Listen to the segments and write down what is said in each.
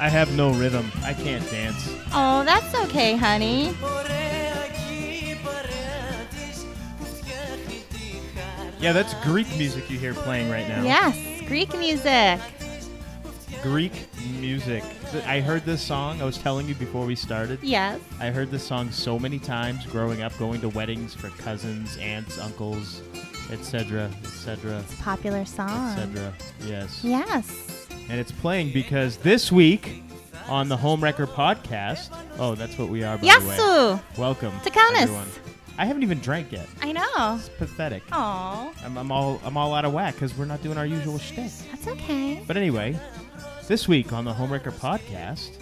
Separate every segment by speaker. Speaker 1: I have no rhythm. I can't dance.
Speaker 2: Oh, that's okay, honey.
Speaker 1: Yeah, that's Greek music you hear playing right now.
Speaker 2: Yes, Greek music.
Speaker 1: Greek music. Th- I heard this song. I was telling you before we started.
Speaker 2: Yes.
Speaker 1: I heard this song so many times growing up, going to weddings for cousins, aunts, uncles, etc., etc.,
Speaker 2: Popular song.
Speaker 1: etc. Yes.
Speaker 2: Yes.
Speaker 1: And it's playing because this week on the Home Wrecker podcast. Oh, that's what we are, by the way.
Speaker 2: Yasu.
Speaker 1: Welcome,
Speaker 2: Takanis.
Speaker 1: everyone. I haven't even drank yet.
Speaker 2: I know.
Speaker 1: It's pathetic.
Speaker 2: Oh,
Speaker 1: I'm, I'm all I'm all out of whack because we're not doing our usual shtick.
Speaker 2: that's okay.
Speaker 1: But anyway, this week on the Homewrecker podcast,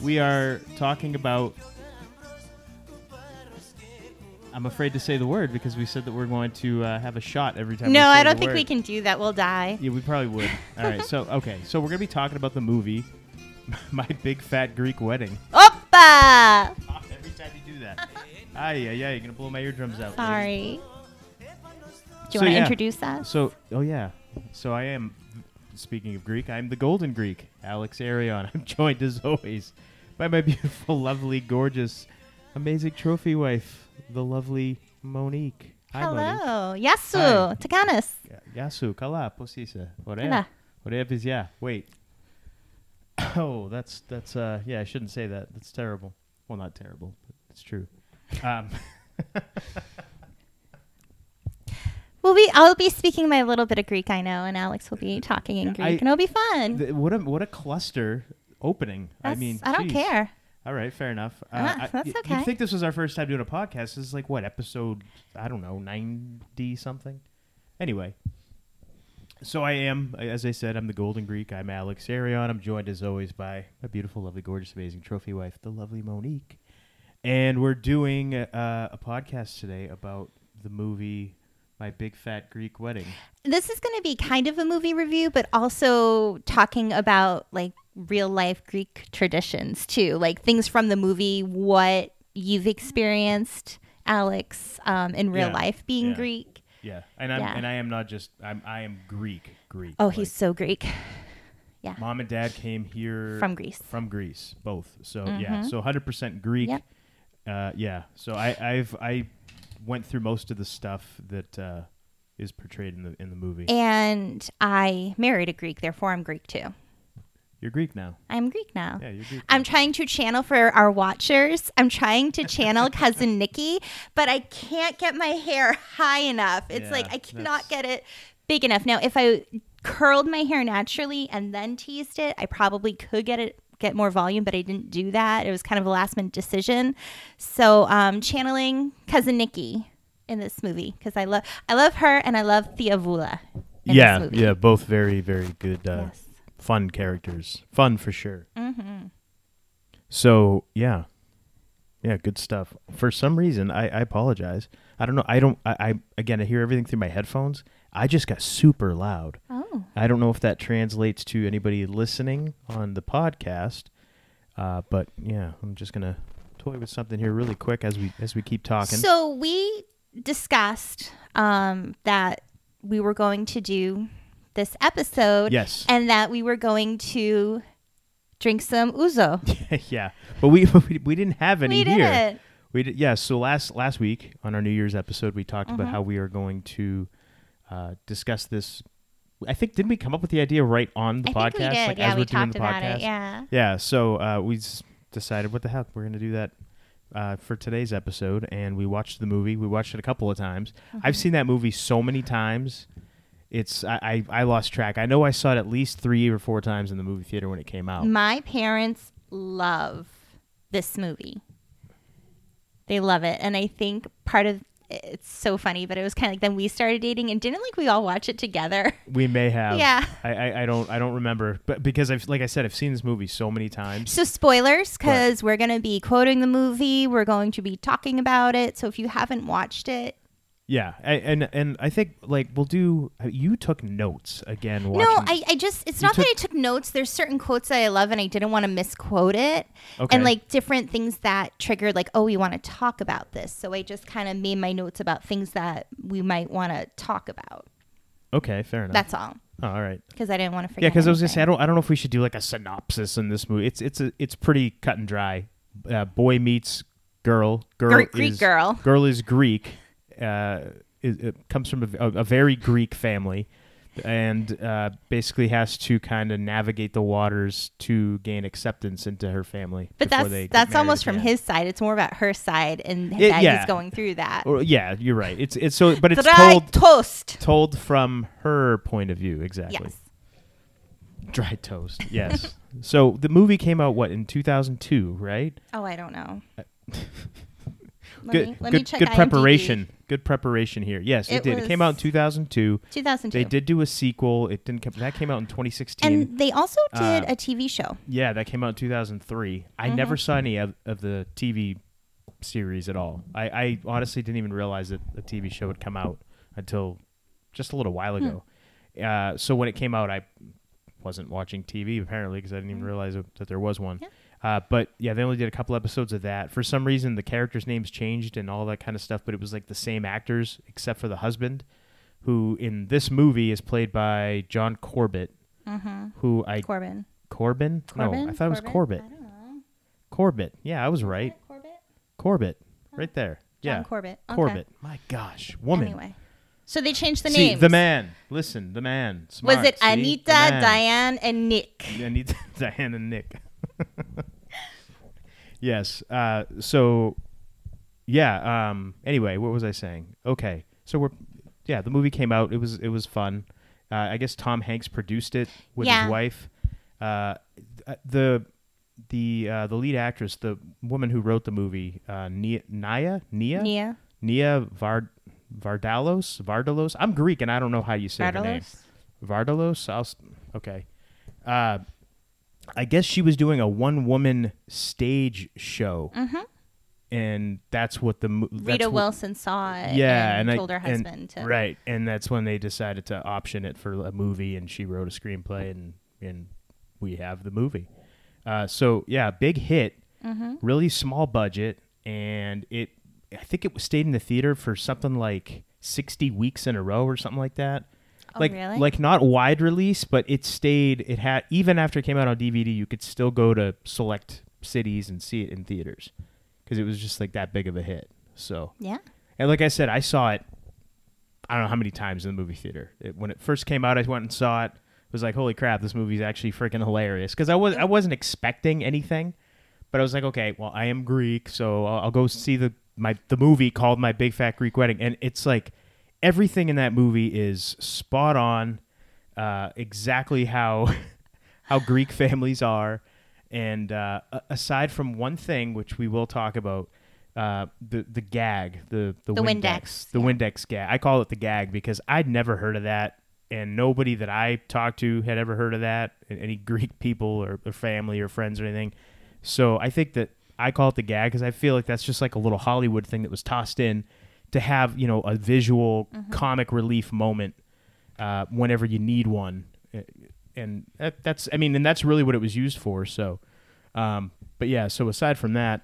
Speaker 1: we are talking about. I'm afraid to say the word because we said that we're going to uh, have a shot every time. we
Speaker 2: No,
Speaker 1: say
Speaker 2: I
Speaker 1: the
Speaker 2: don't think we
Speaker 1: word.
Speaker 2: can do that. We'll die.
Speaker 1: Yeah, we probably would. All right, so okay, so we're gonna be talking about the movie, My Big Fat Greek Wedding.
Speaker 2: Oppa!
Speaker 1: Every time you do that, ah, yeah, yeah, you're gonna blow my eardrums out. ladies.
Speaker 2: Sorry. Do you
Speaker 1: So,
Speaker 2: want to
Speaker 1: yeah.
Speaker 2: introduce us?
Speaker 1: So, oh yeah. So I am. Speaking of Greek, I'm the Golden Greek, Alex Arion. I'm joined as always by my beautiful, lovely, gorgeous, amazing trophy wife, the lovely Monique. Hi, Monique.
Speaker 2: Hello. Yasu.
Speaker 1: Hi.
Speaker 2: Takanis.
Speaker 1: Yeah, Yasu, kala, posisa,
Speaker 2: Hello.
Speaker 1: orea, orea yeah. Wait. Oh, that's that's uh yeah. I shouldn't say that. That's terrible. Well, not terrible, but it's true. Um,
Speaker 2: Well, we, I'll be speaking my little bit of Greek I know, and Alex will be talking in
Speaker 1: I-
Speaker 2: Greek, and it'll be fun.
Speaker 1: th- what a what a cluster opening. I
Speaker 2: That's-
Speaker 1: mean,
Speaker 2: I don't
Speaker 1: geez.
Speaker 2: care.
Speaker 1: All right, fair enough. Uh,
Speaker 2: Ah,
Speaker 1: I-
Speaker 2: that's
Speaker 1: y-
Speaker 2: okay.
Speaker 1: You'd think this was our first time doing a podcast. This is like what episode? I don't know, ninety something. Anyway, so I am, as I said, I'm the Golden Greek. I'm Alex Arion. I'm joined as always by my beautiful, lovely, gorgeous, amazing trophy wife, the lovely Monique, and we're doing uh, a podcast today about the movie My Big Fat Greek Wedding.
Speaker 2: This is going to be kind of a movie review, but also talking about like real life Greek traditions too, like things from the movie, what you've experienced, Alex, um, in real
Speaker 1: Yeah.
Speaker 2: life being
Speaker 1: Yeah.
Speaker 2: Greek.
Speaker 1: Yeah, and I'm
Speaker 2: Yeah.
Speaker 1: and I am not just I'm I am Greek Greek.
Speaker 2: Oh,
Speaker 1: Like,
Speaker 2: he's so Greek.
Speaker 1: Mom and dad came here
Speaker 2: From Greece. Mm-hmm.
Speaker 1: From Greece, both. So yeah, so 100% Greek.
Speaker 2: Yep.
Speaker 1: Uh, yeah. So I I've I went through most of the stuff that uh, is portrayed in the in the movie.
Speaker 2: And I married a Greek, therefore I'm Greek too.
Speaker 1: you're Greek now.
Speaker 2: I'm Greek now.
Speaker 1: Yeah, you're Greek.
Speaker 2: I'm trying to channel for our watchers. I'm trying to channel cousin Nikki, but I can't get my hair high enough. It's
Speaker 1: Yeah,
Speaker 2: like I
Speaker 1: that's-
Speaker 2: cannot get it big enough. Now, if I curled my hair naturally and then teased it, I probably could get it get more volume, but I didn't do that. It was kind of a last minute decision. So, um, channeling cousin Nikki in this movie because I love I love her and I love Thea Vula. in this movie.
Speaker 1: Both very very good, uh,
Speaker 2: Yes.
Speaker 1: fun characters. Fun for sure. Mm-hmm. So yeah. Yeah, good stuff. For some reason, I, I apologize. I don't know. I don't. I, I again, I hear everything through my headphones. I just got super loud.
Speaker 2: Oh,
Speaker 1: I don't know if that translates to anybody listening on the podcast, uh, but yeah, I'm just gonna toy with something here really quick as we as we keep talking.
Speaker 2: So we discussed um, that we were going to do this episode.
Speaker 1: Yes.
Speaker 2: And that we were going to drink some uzo.
Speaker 1: yeah, but we, we we didn't have any
Speaker 2: We
Speaker 1: here.
Speaker 2: didn't.
Speaker 1: We did, yeah. So last last week on our New Year's episode, we talked
Speaker 2: Mm-hmm.
Speaker 1: about how we are going to uh, discuss this. I think didn't we come up with the idea right on the
Speaker 2: I
Speaker 1: podcast?
Speaker 2: think we did.
Speaker 1: Like
Speaker 2: yeah,
Speaker 1: as
Speaker 2: we
Speaker 1: we're doing
Speaker 2: talked
Speaker 1: the
Speaker 2: about
Speaker 1: podcast?
Speaker 2: it. Yeah.
Speaker 1: Yeah, so uh, we s- decided what the heck we're going to do that uh, for today's episode, and we watched the movie. We watched it a couple of times.
Speaker 2: Mm-hmm.
Speaker 1: I've seen that movie so many times. It's I, I I lost track. I know I saw it at least three or four times in the movie theater when it came out.
Speaker 2: My parents love this movie. They love it. And I think part of it's so funny, but it was kind of like then we started dating and didn't like we all watch it together.
Speaker 1: We may have.
Speaker 2: Yeah.
Speaker 1: I, I, I don't I don't remember, but because I've like I said I've seen this movie so many times.
Speaker 2: So spoilers, because we're gonna be quoting the movie. We're going to be talking about it. So if you haven't watched it,
Speaker 1: Yeah, I, and and I think like we'll do. uh, You took notes again. Watching,
Speaker 2: no, I, I just it's
Speaker 1: You
Speaker 2: not that I took notes. There's certain quotes that I love, and I didn't want to misquote it,
Speaker 1: Okay.
Speaker 2: and like different things that triggered like, oh, we want to talk about this. So I just kind of made my notes about things that we might want to talk about.
Speaker 1: okay, fair enough.
Speaker 2: That's all.
Speaker 1: Oh, all right.
Speaker 2: because I didn't want to forget.
Speaker 1: Yeah, because I was gonna
Speaker 2: anything.
Speaker 1: say I don't I don't know if we should do like a synopsis in this movie. It's it's a, it's pretty cut and dry. Uh, boy meets girl. Girl
Speaker 2: Greek- Greek
Speaker 1: is,
Speaker 2: girl.
Speaker 1: Girl is Greek. Uh, is, it comes from a, a, a very Greek family, and uh, basically has to kind of navigate the waters to gain acceptance into her family.
Speaker 2: But
Speaker 1: before
Speaker 2: that's
Speaker 1: they get
Speaker 2: that's
Speaker 1: married
Speaker 2: almost from
Speaker 1: again.
Speaker 2: his side. It's more about her side and
Speaker 1: It-
Speaker 2: that
Speaker 1: yeah.
Speaker 2: he's going through that.
Speaker 1: Or, yeah, you're right. It's it's so, but it's
Speaker 2: Dry
Speaker 1: told
Speaker 2: toast.
Speaker 1: told from her point of view exactly.
Speaker 2: Yes.
Speaker 1: Dry toast. Yes. so the movie came out what in 2002, right?
Speaker 2: Oh, I don't know. Let
Speaker 1: Uh, good
Speaker 2: me, let
Speaker 1: good,
Speaker 2: me check
Speaker 1: good
Speaker 2: IMDb.
Speaker 1: preparation. Good preparation here. Yes, it,
Speaker 2: It
Speaker 1: did. It came out in
Speaker 2: was
Speaker 1: 2002.
Speaker 2: 2002.
Speaker 1: They did do a sequel. It didn't come, that came out in 2016.
Speaker 2: And they also
Speaker 1: Uh,
Speaker 2: did a TV show.
Speaker 1: yeah, that came out in 2003. I never saw any of, of the TV series at all. I, I honestly didn't even realize that a TV show had come out until just a little while ago. Uh, so when it came out, I wasn't watching TV apparently because I didn't even realize that that there was one.
Speaker 2: Yeah.
Speaker 1: Uh, but yeah, they only did a couple episodes of that. For some reason, the characters' names changed and all that kind of stuff, but it was like the same actors except for the husband, who in this movie is played by John Corbett, who I
Speaker 2: Corbin.
Speaker 1: Corbin?
Speaker 2: Corbin?
Speaker 1: No, I thought it was
Speaker 2: Corbett?
Speaker 1: Corbett. Corbett. Yeah, I was right.
Speaker 2: Corbett. Oh,
Speaker 1: Corbett, right there.
Speaker 2: John
Speaker 1: yeah,
Speaker 2: Corbett. Okay.
Speaker 1: Corbett. My gosh, woman.
Speaker 2: Anyway, so they changed the
Speaker 1: See,
Speaker 2: names.
Speaker 1: the man. Listen, the man.
Speaker 2: Was
Speaker 1: Smart.
Speaker 2: it
Speaker 1: See? The
Speaker 2: Anita,
Speaker 1: man.
Speaker 2: Diane, and Nick?
Speaker 1: Anita, Diane, and Nick. yes. Uh, so, yeah. Um, anyway, what was I saying? Okay. So we're, yeah, the movie came out. It was it was fun. Uh, I guess Tom Hanks produced it with
Speaker 2: Yeah.
Speaker 1: his wife. Uh, th- the the uh, the lead actress, the woman who wrote the movie, uh, Nia, Nia, Nia,
Speaker 2: Nia.
Speaker 1: Nia Vard, Vardalos, Vardalos. I'm Greek and I don't know how you say her name.
Speaker 2: Vardalos?
Speaker 1: Vardalos. I'll, s- okay. Uh, I guess she was doing a one-woman stage show, and that's what the mo- that's
Speaker 2: Mm-hmm. Rita
Speaker 1: what-
Speaker 2: Wilson saw it.
Speaker 1: Yeah,
Speaker 2: and,
Speaker 1: and, I-
Speaker 2: told her
Speaker 1: and-
Speaker 2: husband to.
Speaker 1: right, and that's when they decided to option it for a movie, and she wrote a screenplay, and and we have the movie. Uh, so yeah, big hit,
Speaker 2: Mm-hmm.
Speaker 1: really small budget, and it I think it was stayed in the theater for something like sixty weeks in a row or something like that.
Speaker 2: Oh,
Speaker 1: like
Speaker 2: really?
Speaker 1: like not wide release, but it stayed. It had even after it came out on DVD, you could still go to select cities and see it in theaters because it was just like that big of a hit. So
Speaker 2: Yeah.
Speaker 1: and like I said, I saw it. I don't know how many times in the movie theater. It, when it first came out, I went and saw it. Was like, holy crap, this movie's actually freaking hilarious. Because I was I wasn't expecting anything, but I was like, okay, well, I am Greek, so I'll, I'll go see the my the movie called My Big Fat Greek Wedding, and it's like everything in that movie is spot on, uh, exactly how how Greek families are. And uh, a- aside from one thing, which we will talk about, uh, the the gag, the the,
Speaker 2: The
Speaker 1: Windex,
Speaker 2: Windex,
Speaker 1: the
Speaker 2: yeah.
Speaker 1: Windex gag. I call it the gag because I'd never heard of that, and nobody that I talked to had ever heard of that. a- Any Greek people or, or family or friends or anything. So I think that I call it the gag because I feel like that's just like a little Hollywood thing that was tossed in to have you know a visual comic relief moment uh, whenever you need one. Uh, And that, that's, I mean, and that's really what it was used for. So, um, but yeah, so aside from that,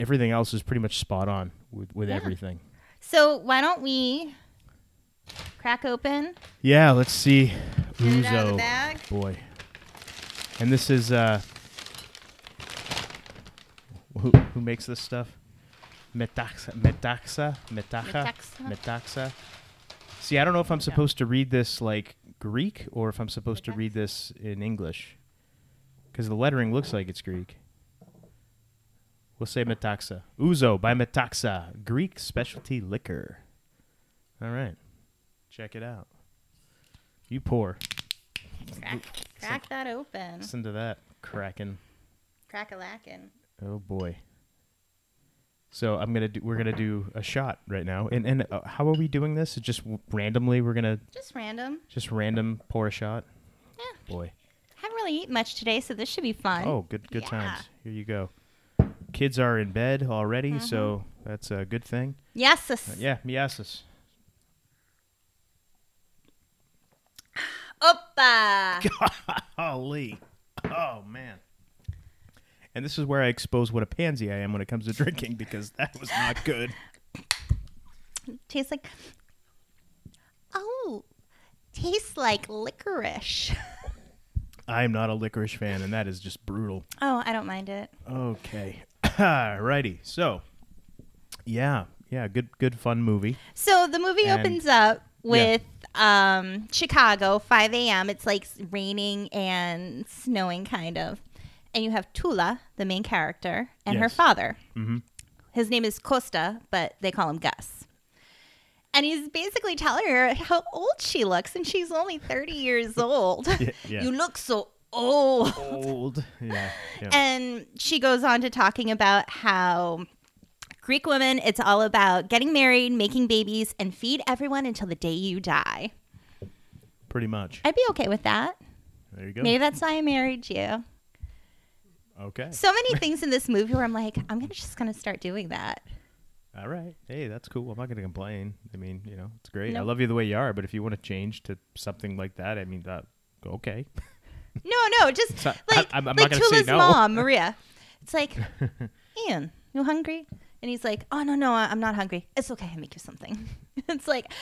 Speaker 1: everything else is pretty much spot on with, with everything.
Speaker 2: So why don't we crack open?
Speaker 1: Yeah, let's see.
Speaker 2: Get it out of the
Speaker 1: Uzo.
Speaker 2: bag?
Speaker 1: Boy. And this is, uh, who, who makes this stuff? Metaxa, Metaxa, Metaxa,
Speaker 2: Metaxa.
Speaker 1: Metaxa. See, I don't know if I'm supposed to read this like Greek or if I'm supposed to read this in English. Because the lettering looks like it's Greek. We'll say Metaxa. Uzo by Metaxa, Greek specialty liquor. All right. Check it out. You pour.
Speaker 2: Crack, crack that open.
Speaker 1: Listen to that cracking.
Speaker 2: Crack a lackin'.
Speaker 1: Oh boy. So I'm gonna do. We're gonna do a shot right now. And and uh, how are we doing this? It's just w- randomly. We're gonna
Speaker 2: Just random.
Speaker 1: just random pour a shot.
Speaker 2: Yeah.
Speaker 1: Boy.
Speaker 2: Eh, Haven't really eaten much today, so this should be fun.
Speaker 1: Oh, good good
Speaker 2: Yeah.
Speaker 1: times. Here you go. Kids are in bed already,
Speaker 2: Mm-hmm.
Speaker 1: so that's a good thing.
Speaker 2: Yes. sis.
Speaker 1: Uh, yeah, miasis.
Speaker 2: Oppa.
Speaker 1: Holy. Oh man. And this is where I expose what a pansy I am when it comes to drinking because that was not good.
Speaker 2: Tastes like. Oh, tastes like licorice.
Speaker 1: I am not a licorice fan, and that is just brutal.
Speaker 2: Oh, I don't mind it.
Speaker 1: Okay. Alrighty. So, yeah, yeah, good, good, fun movie.
Speaker 2: So the movie
Speaker 1: And-
Speaker 2: opens up with um, Chicago, 5 a.m. It's like s- raining and snowing, kind of. And you have Tula, the main character, and her
Speaker 1: Yes.
Speaker 2: father.
Speaker 1: Mhm.
Speaker 2: His name is Costa, but they call him Gus. And he's basically telling her how old she looks, and she's only 30 years old.
Speaker 1: Yeah, yeah.
Speaker 2: You look so old.
Speaker 1: Old. Yeah. yeah.
Speaker 2: And she goes on to talking about how Greek women, it's all about getting married, making babies, and feed everyone until the day you die.
Speaker 1: Pretty much.
Speaker 2: I'd be okay with that.
Speaker 1: There you go.
Speaker 2: Maybe that's why I married you.
Speaker 1: Okay.
Speaker 2: So many things in this movie where I'm like, I'm gonna just gonna start doing that.
Speaker 1: All right. Hey, that's cool. I'm not going to complain. I mean, you know, it's great. I
Speaker 2: Nope.
Speaker 1: love you the way you are, but if you want to change to something like that, I mean, that okay.
Speaker 2: No, no, just
Speaker 1: not- I-
Speaker 2: like,
Speaker 1: I'm- I'm not
Speaker 2: like
Speaker 1: gonna say
Speaker 2: Tula's
Speaker 1: no.
Speaker 2: mom, Maria. It's like, Ian, you hungry? And he's like, Oh no, no, I- I'm not hungry. It's okay, I make you something. it's like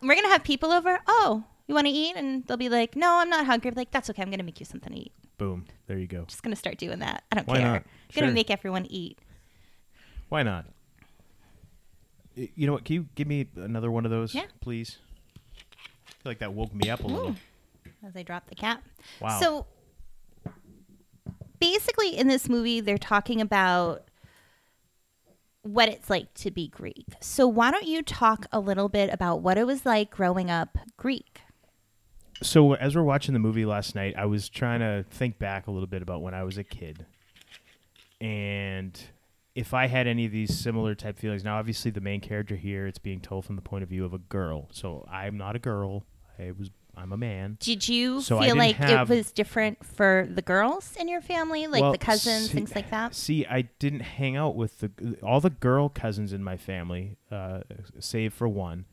Speaker 2: we're gonna have people over. Oh, you want to eat? And they'll be like, No, I'm not hungry. I'm like that's okay. I'm gonna make you something to eat.
Speaker 1: Boom. There you go.
Speaker 2: Just gonna start doing that. I don't
Speaker 1: Why
Speaker 2: care.
Speaker 1: not?
Speaker 2: I'm Gonna
Speaker 1: Sure.
Speaker 2: make everyone eat.
Speaker 1: Why not? Y- You know what? Can you give me another one of those,
Speaker 2: Yeah.
Speaker 1: please? I feel like that woke me up a little.
Speaker 2: Ooh. as I drop the cap.
Speaker 1: Wow.
Speaker 2: So basically, in this movie, they're talking about what it's like to be Greek. So why don't you talk a little bit about what it was like growing up Greek?
Speaker 1: So as we're watching the movie last night, I was trying to think back a little bit about when I was a kid, and if I had any of these similar type feelings. Now, obviously, the main character here it's being told from the point of view of a girl. So I'm not a girl. I was. I'm a man.
Speaker 2: Did you
Speaker 1: So I
Speaker 2: feel
Speaker 1: didn't
Speaker 2: like
Speaker 1: have-
Speaker 2: it was different for the girls in your family, like the cousins,
Speaker 1: see-
Speaker 2: things like that?
Speaker 1: See, I didn't hang out with the all the girl cousins in my family, uh, save for one,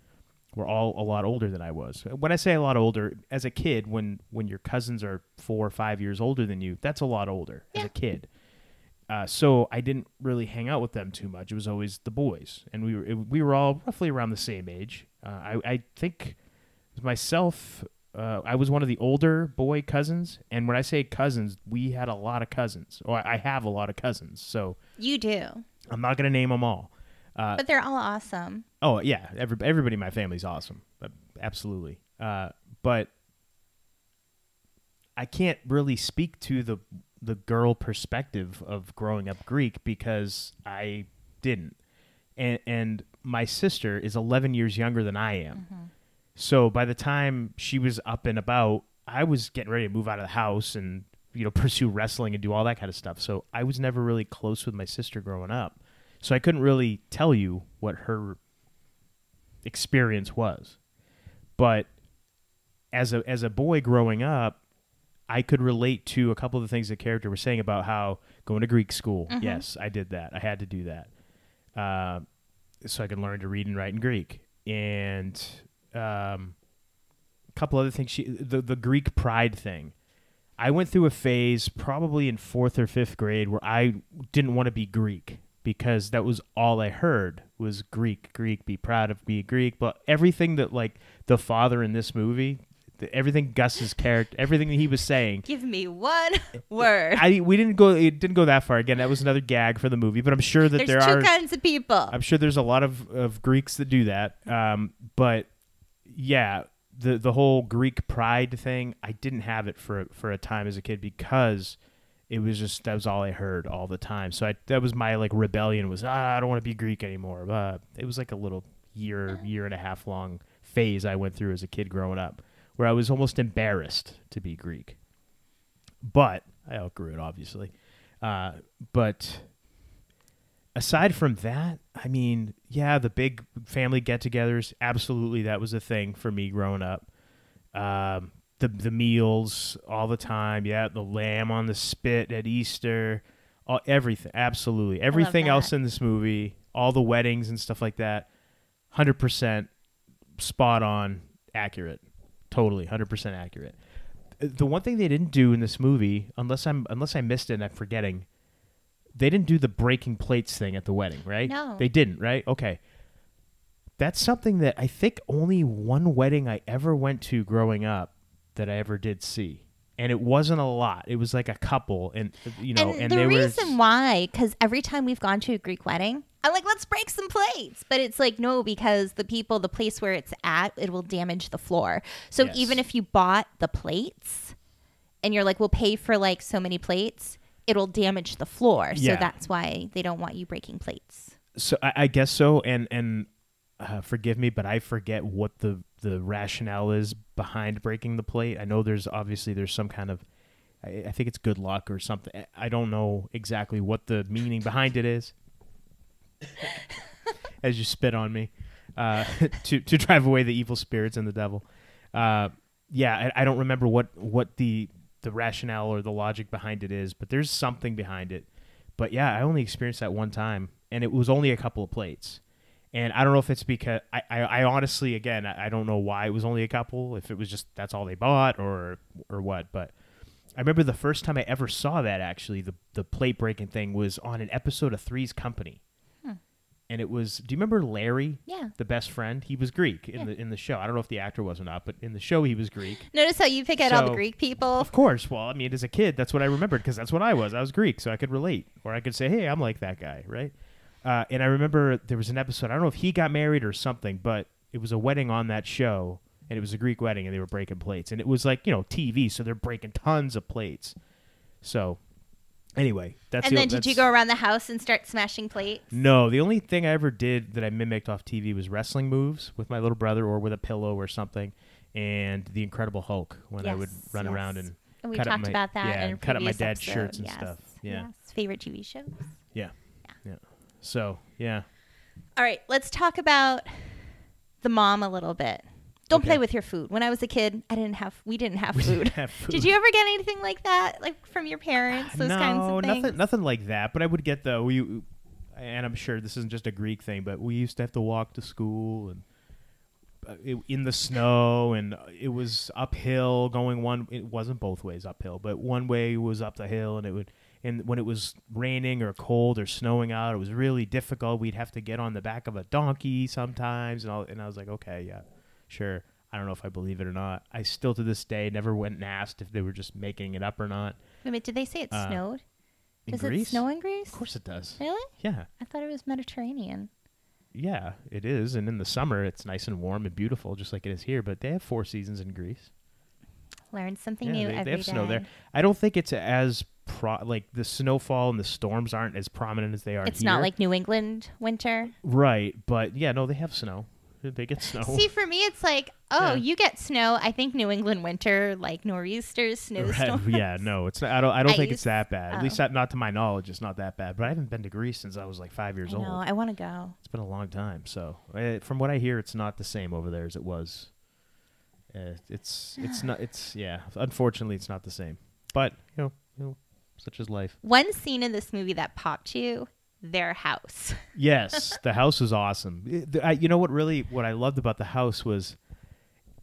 Speaker 1: were all a lot older than I was. When I say a lot older, as a kid, when when your cousins are four or five years older than you, that's a lot older as
Speaker 2: Yeah.
Speaker 1: a kid. Uh, so I didn't really hang out with them too much. It was always the boys, and we were it, we were all roughly around the same age. Uh, I I think myself, uh, I was one of the older boy cousins, and when I say cousins, we had a lot of cousins, or I have a lot of cousins. So
Speaker 2: You do,
Speaker 1: I'm not gonna name them all. Uh,
Speaker 2: but they're all awesome.
Speaker 1: oh yeah, every, everybody in my family's awesome, Uh, absolutely. Uh, but I can't really speak to the the girl perspective of growing up Greek because I didn't, and and my sister is 11 years younger than I am. So by the time she was up and about, I was getting ready to move out of the house and you know pursue wrestling and do all that kind of stuff. So I was never really close with my sister growing up, so I couldn't really tell you what her experience was. But as a as a boy growing up, I could relate to a couple of the things the character was saying about how going to Greek school. Yes, I did that. I had to do that uh, so I could learn to read and write in Greek. And um, a couple other things. She the the Greek pride thing. I went through a phase probably in fourth or fifth grade where I didn't want to be Greek because that was all I heard was Greek, Greek, be proud of, be Greek. But everything that like the father in this movie, the, everything Gus's character, everything that he was saying,
Speaker 2: Give me one word.
Speaker 1: I we didn't go it didn't go that far. Again, that was another gag for the movie, but I'm sure that
Speaker 2: There's
Speaker 1: there
Speaker 2: two
Speaker 1: are
Speaker 2: kinds of people.
Speaker 1: I'm sure there's a lot of, of Greeks that do that. Um, but yeah, the the whole Greek pride thing, I didn't have it for for a time as a kid because it was just that was all I heard all the time. So I that was my like rebellion was ah, I don't want to be Greek anymore. Uh, it was like a little year year and a half long phase I went through as a kid growing up where I was almost embarrassed to be Greek. But I outgrew it obviously. Uh, but aside from that, I mean, yeah, the big family get-togethers, absolutely, that was a thing for me growing up. Um, the the meals all the time, yeah, the lamb on the spit at Easter, all, everything, absolutely, everything
Speaker 2: that.
Speaker 1: else in this movie, all the weddings and stuff like that, hundred percent spot on, accurate, totally, hundred percent accurate. Uh, The one thing they didn't do in this movie, unless I'm unless I missed it and I'm forgetting, they didn't do the breaking plates thing at the wedding, right?
Speaker 2: No.
Speaker 1: They didn't, right? Okay. that's something that I think only one wedding I ever went to growing up that I ever did see. And it wasn't a lot. It was like a couple, and you know, and,
Speaker 2: and the
Speaker 1: they
Speaker 2: reason
Speaker 1: were.
Speaker 2: why, because every time we've gone to a Greek wedding, I'm like, let's break some plates. But it's like, no, because the people, the place where it's at, it will damage the floor. So
Speaker 1: Yes.
Speaker 2: even if you bought the plates and you're like, we'll pay for like so many plates, it'll damage the floor. So
Speaker 1: Yeah.
Speaker 2: that's why they don't want you breaking plates.
Speaker 1: So I, I guess so, and and uh, forgive me, but I forget what the the rationale is behind breaking the plate. I know there's obviously there's some kind of, I, I think it's good luck or something. I- I don't know exactly what the meaning behind it is. As you spit on me, uh, to to drive away the evil spirits and the devil. Uh, yeah, I, I don't remember what what the the rationale or the logic behind it is, but there's something behind it. But yeah, I only experienced that one time, and it was only a couple of plates. And I don't know if it's because I, I, I honestly, again, I, I don't know why it was only a couple. If it was just that's all they bought or or what, but I remember the first time I ever saw that actually the the plate breaking thing was on an episode of Three's Company, and it was. Do you remember Larry?
Speaker 2: Yeah.
Speaker 1: the best friend. He was Greek in the in the show. I don't know if the actor was or not, but in the show he was Greek.
Speaker 2: Notice how you pick out all the
Speaker 1: So-
Speaker 2: Greek people.
Speaker 1: Of course. Well, I mean, as a kid, that's what I remembered because that's what I was. I was Greek, so I could relate, or I could say, "Hey, I'm like that guy," right? Uh, and I remember there was an episode. I don't know if he got married or something, but it was a wedding on that show, and it was a Greek wedding, and they were breaking plates, and it was like you know TV, so they're breaking tons of plates. So, anyway, that's
Speaker 2: And
Speaker 1: the-
Speaker 2: then did you
Speaker 1: that's-
Speaker 2: go around the house and start smashing plates?
Speaker 1: no, the only thing I ever did that I mimicked off TV was wrestling moves with my little brother or with a pillow or something, and the Incredible Hulk when I would
Speaker 2: Yes,
Speaker 1: run
Speaker 2: yes.
Speaker 1: around and,
Speaker 2: And we
Speaker 1: cut up
Speaker 2: talked
Speaker 1: my-
Speaker 2: about that.
Speaker 1: yeah,
Speaker 2: in
Speaker 1: and cut up my
Speaker 2: previous
Speaker 1: dad's
Speaker 2: episode.
Speaker 1: shirts and
Speaker 2: Yes,
Speaker 1: stuff. Yeah.
Speaker 2: yes. Favorite TV shows?
Speaker 1: yeah, yeah, So yeah,
Speaker 2: All right, let's talk about the mom a little bit. Don't
Speaker 1: Okay.
Speaker 2: play with your food. When I was a kid, I didn't have we didn't have
Speaker 1: We
Speaker 2: food.
Speaker 1: didn't have food.
Speaker 2: Did you ever get anything like that, like from your parents? Those
Speaker 1: no,
Speaker 2: kinds of things.
Speaker 1: nothing, nothing like that. But I would get though we, and I'm sure this isn't just a Greek thing, but we used to have to walk to school and. uh, It, in the snow, and uh, it was uphill going one. It wasn't both ways uphill, but one way was up the hill, and it would. And when it was raining or cold or snowing out, it was really difficult. We'd have to get on the back of a donkey sometimes, and all. And I was like, okay, yeah, sure. I don't know if I believe it or not. I still to this day never went and asked if they were just making it up or not.
Speaker 2: Wait a minute, did they say it
Speaker 1: Uh,
Speaker 2: snowed?
Speaker 1: In
Speaker 2: Does
Speaker 1: Greece?
Speaker 2: it snow in Greece?
Speaker 1: Of course it does.
Speaker 2: Really?
Speaker 1: Yeah.
Speaker 2: I thought it was Mediterranean.
Speaker 1: Yeah, it is. And in the summer, it's nice and warm and beautiful, just like it is here. But they have four seasons in Greece.
Speaker 2: Learn something
Speaker 1: yeah,
Speaker 2: new
Speaker 1: they,
Speaker 2: every
Speaker 1: they have snow there.
Speaker 2: day.
Speaker 1: I don't think it's as pro like the snowfall and the storms aren't as prominent as they are
Speaker 2: It's
Speaker 1: here.
Speaker 2: not like New England winter.
Speaker 1: right, but yeah, no, they have snow. They get snow.
Speaker 2: See, for me, it's like, oh,
Speaker 1: Yeah.
Speaker 2: you get snow. I think New England winter, like nor'easters,
Speaker 1: Right,
Speaker 2: snowstorms.
Speaker 1: yeah, no, it's not, I don't. I don't think
Speaker 2: Ice.
Speaker 1: it's that bad. At least
Speaker 2: Oh.
Speaker 1: not, not to my knowledge, it's not that bad. But I haven't been to Greece since I was like five years
Speaker 2: I know.
Speaker 1: old.
Speaker 2: I want to go.
Speaker 1: It's been a long time. So, uh, from what I hear, it's not the same over there as it was. Uh, it's it's not it's yeah. Unfortunately, it's not the same. But you know, you know such is life.
Speaker 2: One scene in this movie that popped you, their house.
Speaker 1: Yes, the house was awesome. It- the- I, you know what really what I loved about the house was, eh,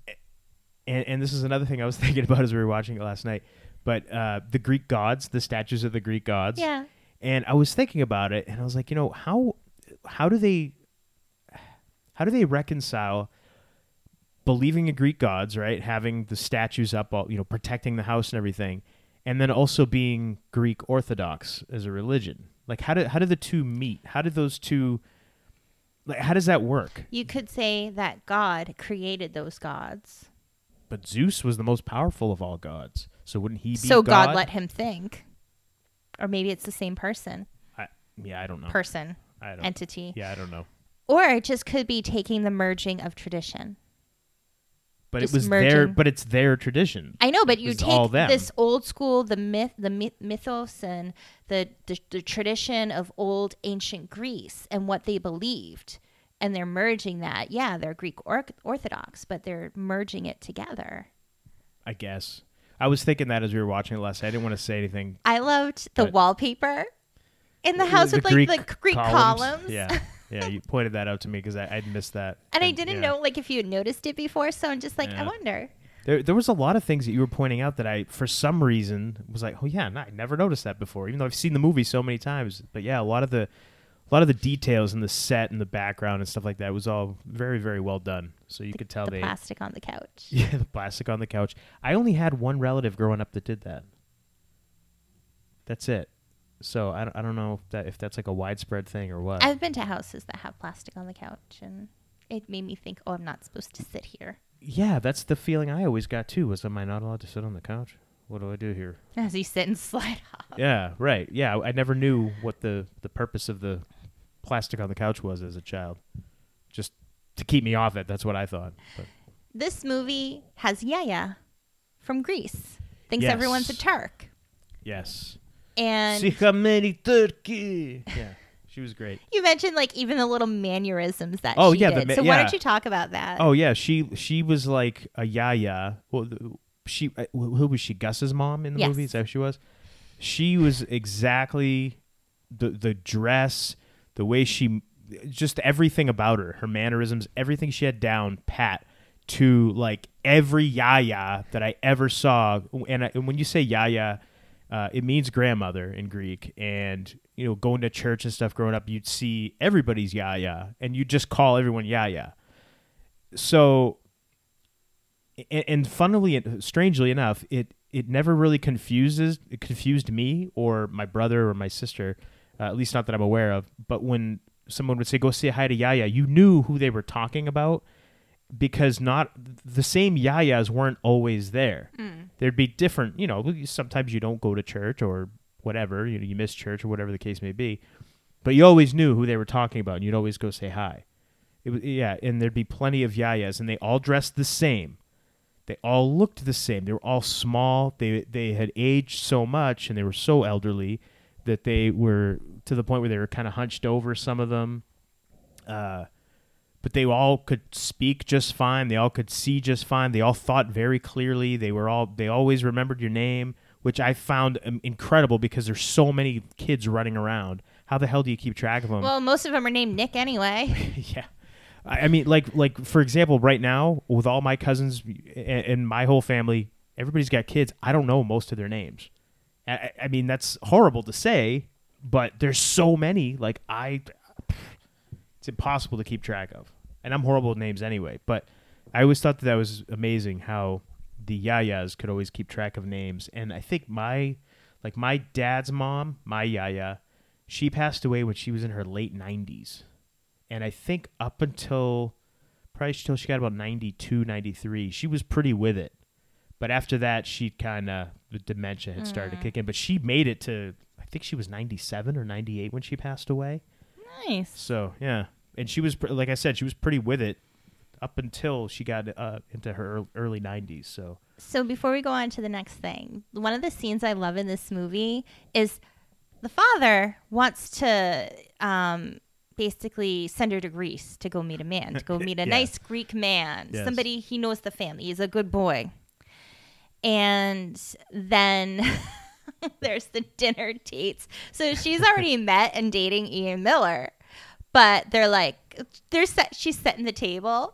Speaker 1: and and this is another thing I was thinking about as we were watching it last night. But uh, the Greek gods, the statues of the Greek gods.
Speaker 2: Yeah.
Speaker 1: and I was thinking about it, and I was like, you know, how how do they how do they reconcile believing in Greek gods, right? Having the statues up, all you know, protecting the house and everything, and then also being Greek Orthodox as a religion. Like, how do how do the two meet? How do those two like how does that work?
Speaker 2: You could say that God created those gods.
Speaker 1: But Zeus was the most powerful of all gods, so wouldn't he be
Speaker 2: So God?
Speaker 1: God?
Speaker 2: let him think. Or maybe it's the same person,
Speaker 1: I, yeah, I don't know.
Speaker 2: person,
Speaker 1: Oh. I don't.
Speaker 2: entity.
Speaker 1: yeah, I don't know.
Speaker 2: Or it just could be taking the merging of tradition.
Speaker 1: But
Speaker 2: Just
Speaker 1: it was their.
Speaker 2: merging.
Speaker 1: But it's their tradition.
Speaker 2: I know, but you
Speaker 1: It's
Speaker 2: take
Speaker 1: all them.
Speaker 2: this old school, the myth, the myth, mythos, and the, the the tradition of old ancient Greece and what they believed, and they're merging that. Yeah, they're Greek or- Orthodox, but they're merging it together.
Speaker 1: I guess. I was thinking that as we were watching it last night. I didn't want to say anything.
Speaker 2: I loved the
Speaker 1: But-
Speaker 2: wallpaper in the house with like the Greek columns,
Speaker 1: Yeah. Yeah, you pointed that out to me because I'd missed that.
Speaker 2: and I didn't
Speaker 1: yeah.
Speaker 2: know like if you had noticed it before, so I'm just like, I
Speaker 1: Yeah.
Speaker 2: wonder.
Speaker 1: There, there was a lot of things that you were pointing out that I, for some reason, was like, oh, yeah, no, I never noticed that before, even though I've seen the movie so many times. But yeah, a lot of the. A lot of the details in the set and the background and stuff like that was all very very well done. So you could tell
Speaker 2: the
Speaker 1: they
Speaker 2: plastic on the couch.
Speaker 1: yeah the plastic on the couch. I only had one relative growing up that did that. That's it. So I don't, I don't know if that if that's like a widespread thing or what.
Speaker 2: I've been to houses that have plastic on the couch, and it made me think, oh, I'm not supposed to sit here.
Speaker 1: yeah, that's the feeling I always got too. Was am I not allowed to sit on the couch? What do I do here?
Speaker 2: As you sit and slide off.
Speaker 1: Yeah, right. Yeah, I I never knew what the the purpose of the plastic on the couch was as a child. Just to keep me off it. That's what I thought. But
Speaker 2: This movie has Yaya from Greece. Thinks
Speaker 1: Yes.
Speaker 2: everyone's a Turk.
Speaker 1: yes,
Speaker 2: And
Speaker 1: Sihameni Turkey. Yeah, she was great.
Speaker 2: you mentioned like even the little mannerisms that
Speaker 1: Oh,
Speaker 2: she
Speaker 1: yeah, the
Speaker 2: did.
Speaker 1: ma-
Speaker 2: so why
Speaker 1: yeah.
Speaker 2: don't you talk about that?
Speaker 1: Oh yeah, she she was like a yaya. Well, th- she uh, wh- who was she? Gus's mom in the
Speaker 2: Yes.
Speaker 1: movie. Is that who she was? She was exactly the the dress, the way she, just everything about her, her mannerisms, everything she had down pat to like every yaya that I ever saw. And, I, and when you say yaya, uh, it means grandmother in Greek. And you know, going to church and stuff growing up, you'd see everybody's yaya, and you'd just call everyone yaya so and, and funnily strangely enough it it never really confuses it confused me or my brother or my sister uh, at least not that i'm aware of but when someone would say go say hi to yaya you knew who they were talking about because not the same yayas weren't always there there'd be different you know sometimes you don't go to church or whatever you, you miss church or whatever the case may be but you always knew who they were talking about and you'd always go say hi it was, yeah, and there'd be plenty of yayas, and they all dressed the same. They all looked the same. They were all small. They they had aged so much, and they were so elderly that they were to the point where they were kind of hunched over. Some of them, uh, but they all could speak just fine. They all could see just fine. They all thought very clearly. They were all they always remembered your name, which I found um, incredible because there's so many kids running around. How the hell do you keep track of them?
Speaker 2: Well, most of them are named Nick anyway.
Speaker 1: yeah I, I mean like like for example right now with all my cousins and, and my whole family everybody's got kids i don't know most of their names I- I, I mean that's horrible to say but there's so many like i it's impossible to keep track of and i'm horrible with names anyway but i always thought that that was amazing how the yayas could always keep track of names and i think my like my dad's mom my yaya she passed away when she was in her late 90s and I think up until probably till she got about 92, 93, she was pretty with it. But after that, she kind of the dementia had started to kick in. But she made it to I think she was 97 or 98 when she passed away.
Speaker 2: nice.
Speaker 1: So yeah, and she was pre- like I said, she was pretty with it up until she got uh, into her ear- early 90s. So
Speaker 2: So before we go on to the next thing, one of the scenes I love in this movie is the father wants to um, basically send her to Greece to go meet a man, to go meet a
Speaker 1: Yeah.
Speaker 2: nice Greek man,
Speaker 1: Yes.
Speaker 2: somebody he knows the family, he's a good boy. And then there's the dinner dates. So she's already met and dating Ian Miller, but they're like, they're set. She's setting the table,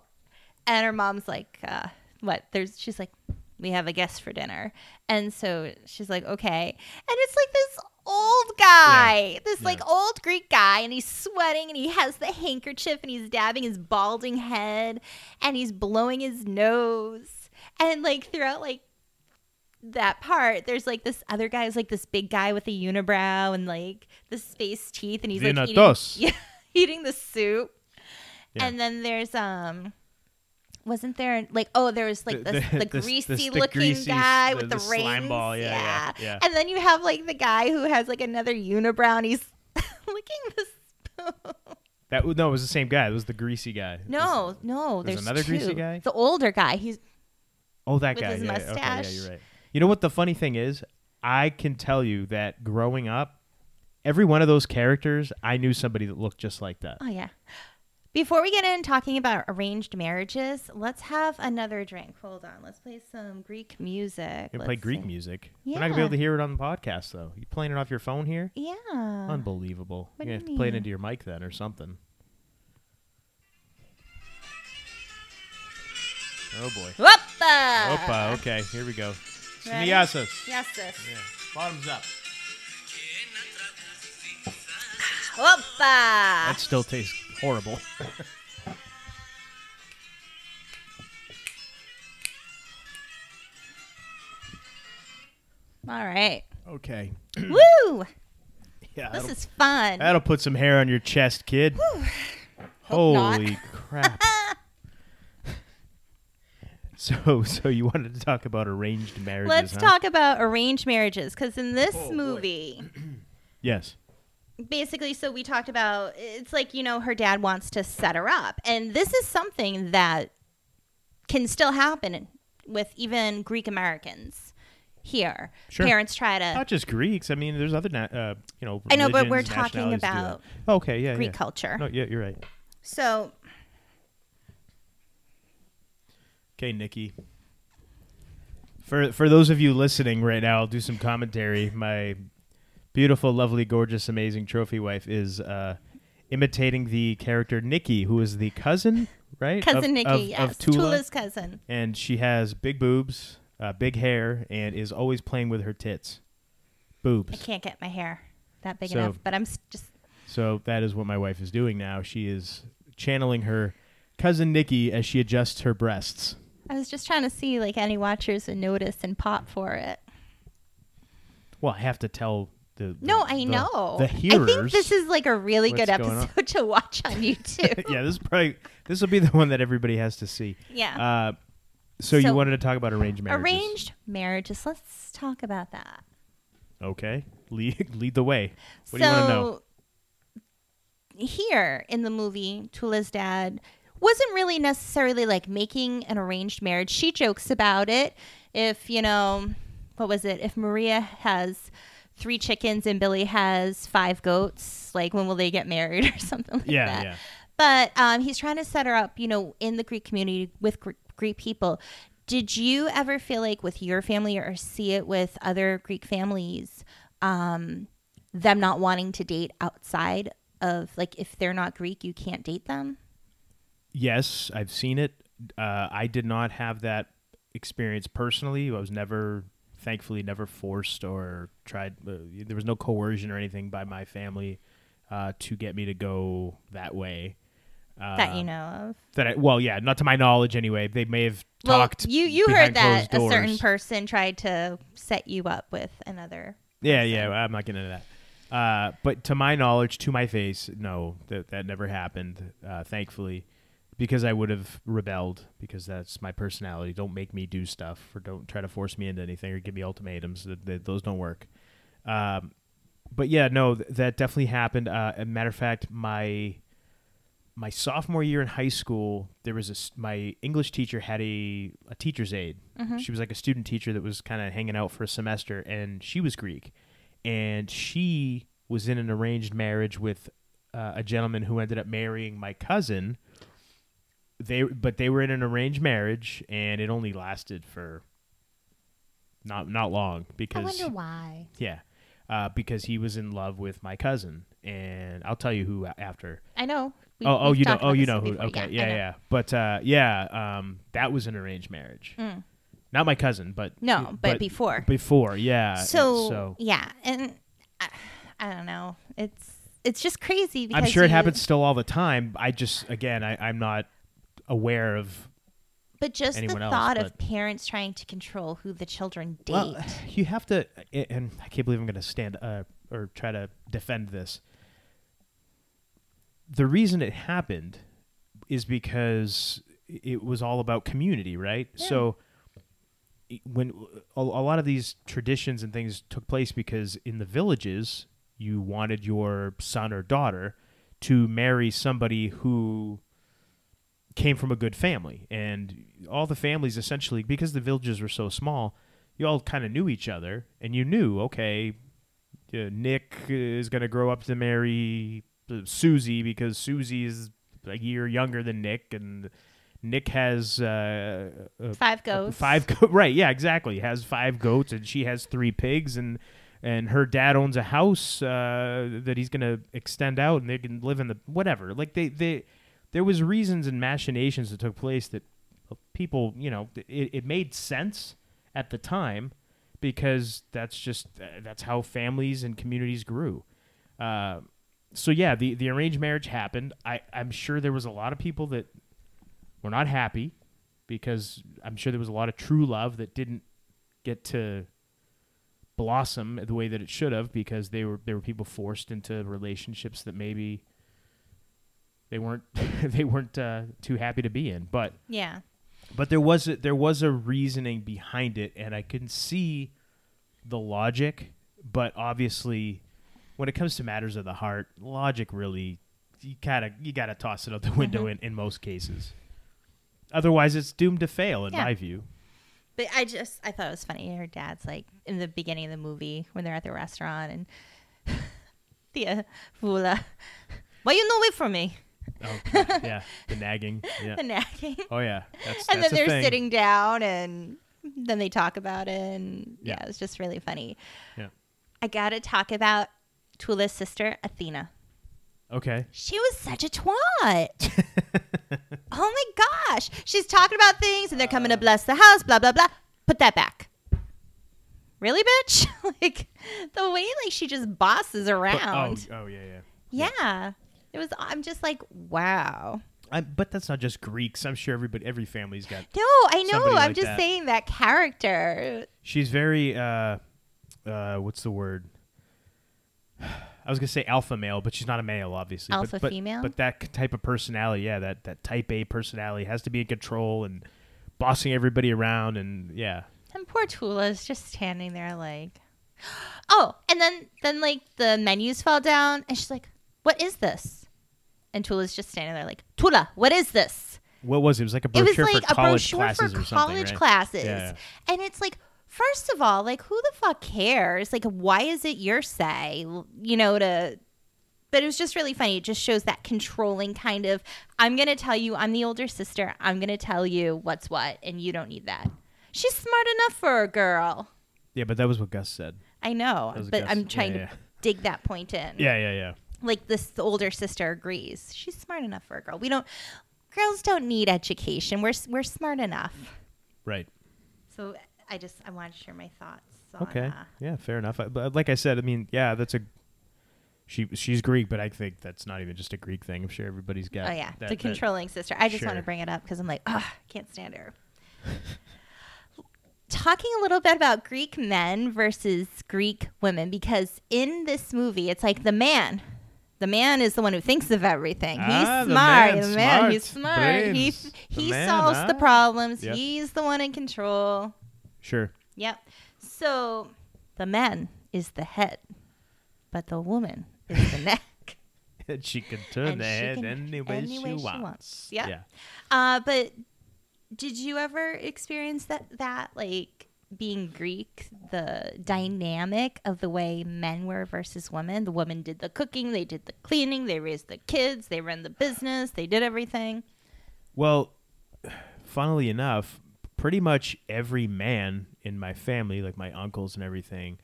Speaker 2: and her mom's like, uh, "What?" There's she's like, "We have a guest for dinner," and so she's like, "Okay," and it's like this old guy, this
Speaker 1: Yeah.
Speaker 2: like old Greek guy, and he's sweating and he has the handkerchief and he's dabbing his balding head and he's blowing his nose and like throughout like that part, there's like this other guy who's like this big guy with a unibrow and like the space teeth, and he's like eating,
Speaker 1: Thanatos.
Speaker 2: yeah, eating the soup.
Speaker 1: Yeah.
Speaker 2: And then there's um, wasn't there like oh there was like
Speaker 1: The-
Speaker 2: this
Speaker 1: the-
Speaker 2: the,
Speaker 1: this- this-
Speaker 2: greasy
Speaker 1: the
Speaker 2: looking
Speaker 1: greasy-
Speaker 2: guy
Speaker 1: the-
Speaker 2: with
Speaker 1: the
Speaker 2: the,
Speaker 1: slime
Speaker 2: rings,
Speaker 1: ball, yeah, yeah, yeah.
Speaker 2: And then you have like the guy who has like another unibrow, and he's licking the spoon.
Speaker 1: that w- no, it was the same guy. It was the greasy guy. It was-
Speaker 2: No, no,
Speaker 1: there's
Speaker 2: there's,
Speaker 1: another greasy
Speaker 2: two.
Speaker 1: guy?
Speaker 2: The older guy, he's
Speaker 1: Oh, that
Speaker 2: with
Speaker 1: guy.
Speaker 2: his
Speaker 1: yeah, Okay,
Speaker 2: mustache.
Speaker 1: yeah, you're right. You know what the funny thing is? I can tell you that growing up, every one of those characters, I knew somebody that looked just like that.
Speaker 2: Oh yeah. Before we get in talking about arranged marriages, let's have another drink. Hold on. Let's play some Greek music.
Speaker 1: You
Speaker 2: Let's
Speaker 1: play Greek
Speaker 2: see.
Speaker 1: music. We're not gonna be
Speaker 2: Yeah.
Speaker 1: able to hear it on the podcast though. You playing it off your phone here?
Speaker 2: Yeah.
Speaker 1: Unbelievable.
Speaker 2: what
Speaker 1: you
Speaker 2: do
Speaker 1: have
Speaker 2: you
Speaker 1: to play it
Speaker 2: mean?
Speaker 1: into your mic then or something. Oh boy.
Speaker 2: Whoopa.
Speaker 1: Opa, okay, here we go.
Speaker 2: Ready?
Speaker 1: Siniasis.
Speaker 2: Yes, sis.
Speaker 1: Yeah. Bottoms up.
Speaker 2: Opa! Ah.
Speaker 1: That still tastes horrible.
Speaker 2: All right.
Speaker 1: Okay.
Speaker 2: Woo!
Speaker 1: Yeah.
Speaker 2: This
Speaker 1: that'll,
Speaker 2: is fun.
Speaker 1: that'll put some hair on your chest, kid.
Speaker 2: Hope not.
Speaker 1: Holy crap. So, so you wanted to talk about arranged marriages?
Speaker 2: Let's
Speaker 1: huh?
Speaker 2: talk about arranged marriages because in this
Speaker 1: Oh, boy.
Speaker 2: movie,
Speaker 1: Yes.
Speaker 2: basically, so we talked about it's like, you know, her dad wants to set her up. And this is something that can still happen with even Greek Americans here.
Speaker 1: Sure. Oh,
Speaker 2: Parents try to.
Speaker 1: Not just Greeks. I mean, there's other, na- uh, you know.
Speaker 2: I know, but
Speaker 1: religions,
Speaker 2: we're talking
Speaker 1: nationalities do that.
Speaker 2: about
Speaker 1: Okay. Yeah.
Speaker 2: Greek
Speaker 1: yeah.
Speaker 2: culture.
Speaker 1: No, yeah, you're right.
Speaker 2: So,
Speaker 1: Okay, Nikki. For for those of you listening right now, I'll do some commentary. My beautiful, lovely, gorgeous, amazing trophy wife is uh, imitating the character Nikki, who is the cousin, right?
Speaker 2: cousin
Speaker 1: of,
Speaker 2: Nikki,
Speaker 1: of,
Speaker 2: yes,
Speaker 1: of Tula.
Speaker 2: Tula's cousin.
Speaker 1: and she has big boobs, uh, big hair, and is always playing with her tits,
Speaker 2: I
Speaker 1: boobs.
Speaker 2: can't get my hair that big
Speaker 1: So-
Speaker 2: enough, but I'm s- just
Speaker 1: So that is what my wife is doing now. She is channeling her cousin Nikki as she adjusts her breasts.
Speaker 2: I was just trying to see like any watchers would notice and pop for it.
Speaker 1: Well, I have to tell the the-
Speaker 2: No, I
Speaker 1: the-
Speaker 2: know.
Speaker 1: the
Speaker 2: I
Speaker 1: hearers.
Speaker 2: think this is like a really good
Speaker 1: what's going on.
Speaker 2: episode to watch on YouTube.
Speaker 1: yeah, this is probably this will be the one that everybody has to see.
Speaker 2: yeah.
Speaker 1: Uh, so, you
Speaker 2: So-
Speaker 1: wanted to talk about arranged marriages?
Speaker 2: Arranged marriages. Let's talk about that.
Speaker 1: Okay, lead lead the way. What do
Speaker 2: so,
Speaker 1: you want to know?
Speaker 2: Here in the movie, Tula's dad wasn't really necessarily like making an arranged marriage. She jokes about it. If, you know, what was it? If Maria has three chickens and Billy has five goats, like when will they get married or something like
Speaker 1: Yeah,
Speaker 2: that?
Speaker 1: yeah.
Speaker 2: But um, he's trying to set her up, you know, in the Greek community with Gr- Greek people. Did you ever feel like with your family or see it with other Greek families, um, them not wanting to date outside of like if they're not Greek, you can't date them?
Speaker 1: Yes, I've seen it. Uh, I did not have that experience personally. I was never, thankfully, never forced or tried. Uh, there was no coercion or anything by my family uh, to get me to go that way. Uh,
Speaker 2: That you know of.
Speaker 1: That I, well, yeah, not to my knowledge anyway. They may have talked.
Speaker 2: you you
Speaker 1: behind
Speaker 2: heard that a
Speaker 1: closed
Speaker 2: certain
Speaker 1: doors.
Speaker 2: person tried to set you up with another.
Speaker 1: Yeah, yeah, I'm not getting into that. Uh, but to my knowledge, to my face, no, that that never happened. Uh, thankfully, because I would have rebelled because that's my personality. Don't make me do stuff, or don't try to force me into anything, or give me ultimatums. That, that, those don't work. Um, but yeah, no, th- that definitely happened. Uh, a matter of fact, my my sophomore year in high school, there was a s my English teacher had a, a teacher's aide. She was like a student teacher that was kind of hanging out for a semester, and she was Greek, and she was in an arranged marriage with uh, a gentleman who ended up marrying my cousin. They but they were in an arranged marriage, and it only lasted for not not long because
Speaker 2: why.
Speaker 1: yeah, uh, because he was in love with my cousin, and I'll tell you who a- after.
Speaker 2: I know. We-
Speaker 1: oh, oh,
Speaker 2: we've
Speaker 1: you know,
Speaker 2: talked
Speaker 1: oh,
Speaker 2: about
Speaker 1: you
Speaker 2: this
Speaker 1: know who.
Speaker 2: before.
Speaker 1: Okay,
Speaker 2: I
Speaker 1: yeah,
Speaker 2: know.
Speaker 1: yeah. But uh, yeah, um, that was an arranged marriage.
Speaker 2: Mm.
Speaker 1: Not my cousin, but
Speaker 2: No, but before.
Speaker 1: before, yeah. and
Speaker 2: so,
Speaker 1: so
Speaker 2: yeah, and I, I don't know. It's it's just crazy. Because
Speaker 1: I'm sure it
Speaker 2: you-
Speaker 1: happens still all the time. I just, again, I, I'm not aware of.
Speaker 2: But just the
Speaker 1: anyone else,
Speaker 2: thought of
Speaker 1: but-
Speaker 2: parents trying to control who the children date.
Speaker 1: Well, uh, you have to, and I can't believe I'm going to stand uh, or try to defend this. The reason it happened is because it was all about community, right? So it- when a, a lot of these traditions and things took place because in the villages you wanted your son or daughter to marry somebody who came from a good family and all the families essentially because the villages were so small you all kind of knew each other and you knew okay uh, Nick is going to grow up to marry uh, Susie because Susie is a year younger than Nick and Nick has uh, a
Speaker 2: five goes.
Speaker 1: Five go- right, yeah, exactly. Has five goats and she has three pigs and and her dad owns a house uh, that he's gonna extend out and they can live in the whatever. Like they they there was reasons and machinations that took place that people you know it, it made sense at the time because that's just that's how families and communities grew. Uh, so yeah, the the arranged marriage happened. I I'm sure there was a lot of people that were not happy because I'm sure there was a lot of true love that didn't get to blossom the way that it should have because they were there were people forced into relationships that maybe they weren't they weren't uh, too happy to be in. But
Speaker 2: Yeah.
Speaker 1: but there was a, there was a reasoning behind it, and I can see the logic. But obviously, when it comes to matters of the heart, logic really you gotta you gotta toss it out the window
Speaker 2: Mm-hmm.
Speaker 1: in, in most cases. Otherwise, it's doomed to fail in
Speaker 2: Yeah.
Speaker 1: my view.
Speaker 2: But I just I thought it was funny. Her dad's like in the beginning of the movie when they're at the restaurant and Tia Vula, why you no wait for me?
Speaker 1: Oh, God, yeah, the nagging. Yeah.
Speaker 2: The nagging.
Speaker 1: Oh yeah. That's,
Speaker 2: and
Speaker 1: that's
Speaker 2: then
Speaker 1: a
Speaker 2: they're
Speaker 1: thing.
Speaker 2: sitting down and then they talk about it and yeah,
Speaker 1: Yeah.
Speaker 2: it's just really funny.
Speaker 1: Yeah.
Speaker 2: I gotta talk about Tula's sister, Athena.
Speaker 1: Okay.
Speaker 2: She was such a twat. oh my gosh. She's talking about things and they're coming to bless the house, blah, blah, blah. Put that back. Really, bitch? like the way like she just bosses
Speaker 1: But- oh,
Speaker 2: around.
Speaker 1: oh yeah yeah.
Speaker 2: yeah. It was I'm just like, wow.
Speaker 1: I, but that's not just Greeks. I'm sure everybody every family's got
Speaker 2: No, I know.
Speaker 1: Somebody
Speaker 2: I'm
Speaker 1: like
Speaker 2: just
Speaker 1: that.
Speaker 2: saying that character.
Speaker 1: She's very uh uh what's the word? I was gonna say alpha male, but she's not a male, obviously.
Speaker 2: Alpha
Speaker 1: but, but,
Speaker 2: female?
Speaker 1: But that c- type of personality, yeah, that that type A personality has to be in control and bossing everybody around, and yeah,
Speaker 2: And poor Tula's just standing there like Oh, and then then like the menus fell down and she's like, What is this? And Tula's just standing there like, Tula, what is this?
Speaker 1: what was it? It was like a
Speaker 2: It was
Speaker 1: brochure
Speaker 2: like
Speaker 1: for
Speaker 2: a
Speaker 1: college
Speaker 2: brochure for
Speaker 1: classes or something,
Speaker 2: college
Speaker 1: right?
Speaker 2: classes.
Speaker 1: Yeah.
Speaker 2: And it's like, first of all, like who the fuck cares? Like why is it your say? You know, to but it was just really funny. It just shows that controlling kind of I'm gonna tell you I'm the older sister, I'm gonna tell you what's what, and you don't need that. She's smart enough for a girl.
Speaker 1: yeah, but that was what Gus said.
Speaker 2: I know,
Speaker 1: That was a
Speaker 2: but
Speaker 1: guess.
Speaker 2: I'm trying
Speaker 1: Yeah,
Speaker 2: to
Speaker 1: yeah.
Speaker 2: dig that point in.
Speaker 1: Yeah, yeah, yeah.
Speaker 2: Like this the older sister agrees. She's smart enough for a girl. We don't girls don't need education. We're s- we're smart enough.
Speaker 1: Right.
Speaker 2: So I just I wanted to share my thoughts. On,
Speaker 1: Okay.
Speaker 2: uh,
Speaker 1: yeah, fair enough. I, but like I said, I mean, yeah, that's a. She she's Greek, but I think that's not even just a Greek thing. I'm sure everybody's got.
Speaker 2: oh yeah,
Speaker 1: that-
Speaker 2: the
Speaker 1: that-
Speaker 2: controlling sister. I just want
Speaker 1: Sure.
Speaker 2: to bring it up because I'm like, oh, can't stand her. Talking a little bit about Greek men versus Greek women because in this movie it's like the man. The man is the one who thinks of everything.
Speaker 1: Ah,
Speaker 2: he's
Speaker 1: the
Speaker 2: smart.
Speaker 1: man,
Speaker 2: the man,
Speaker 1: smart
Speaker 2: he's smart.
Speaker 1: brains. The
Speaker 2: He he
Speaker 1: man,
Speaker 2: solves the
Speaker 1: ah.
Speaker 2: problems.
Speaker 1: Yep.
Speaker 2: He's the one in control.
Speaker 1: Sure.
Speaker 2: Yep. So the man is the head, but the woman is the neck.
Speaker 1: And she can turn
Speaker 2: And
Speaker 1: the
Speaker 2: she
Speaker 1: head
Speaker 2: can-
Speaker 1: any way she, wants.
Speaker 2: Yep.
Speaker 1: Yeah.
Speaker 2: Uh, but did you ever experience that that like being Greek, the dynamic of the way men were versus women? The women did the cooking, they did the cleaning, they raised the kids, they ran the business, they did everything.
Speaker 1: Well, funnily enough, pretty much every man in my family, like my uncles and everything,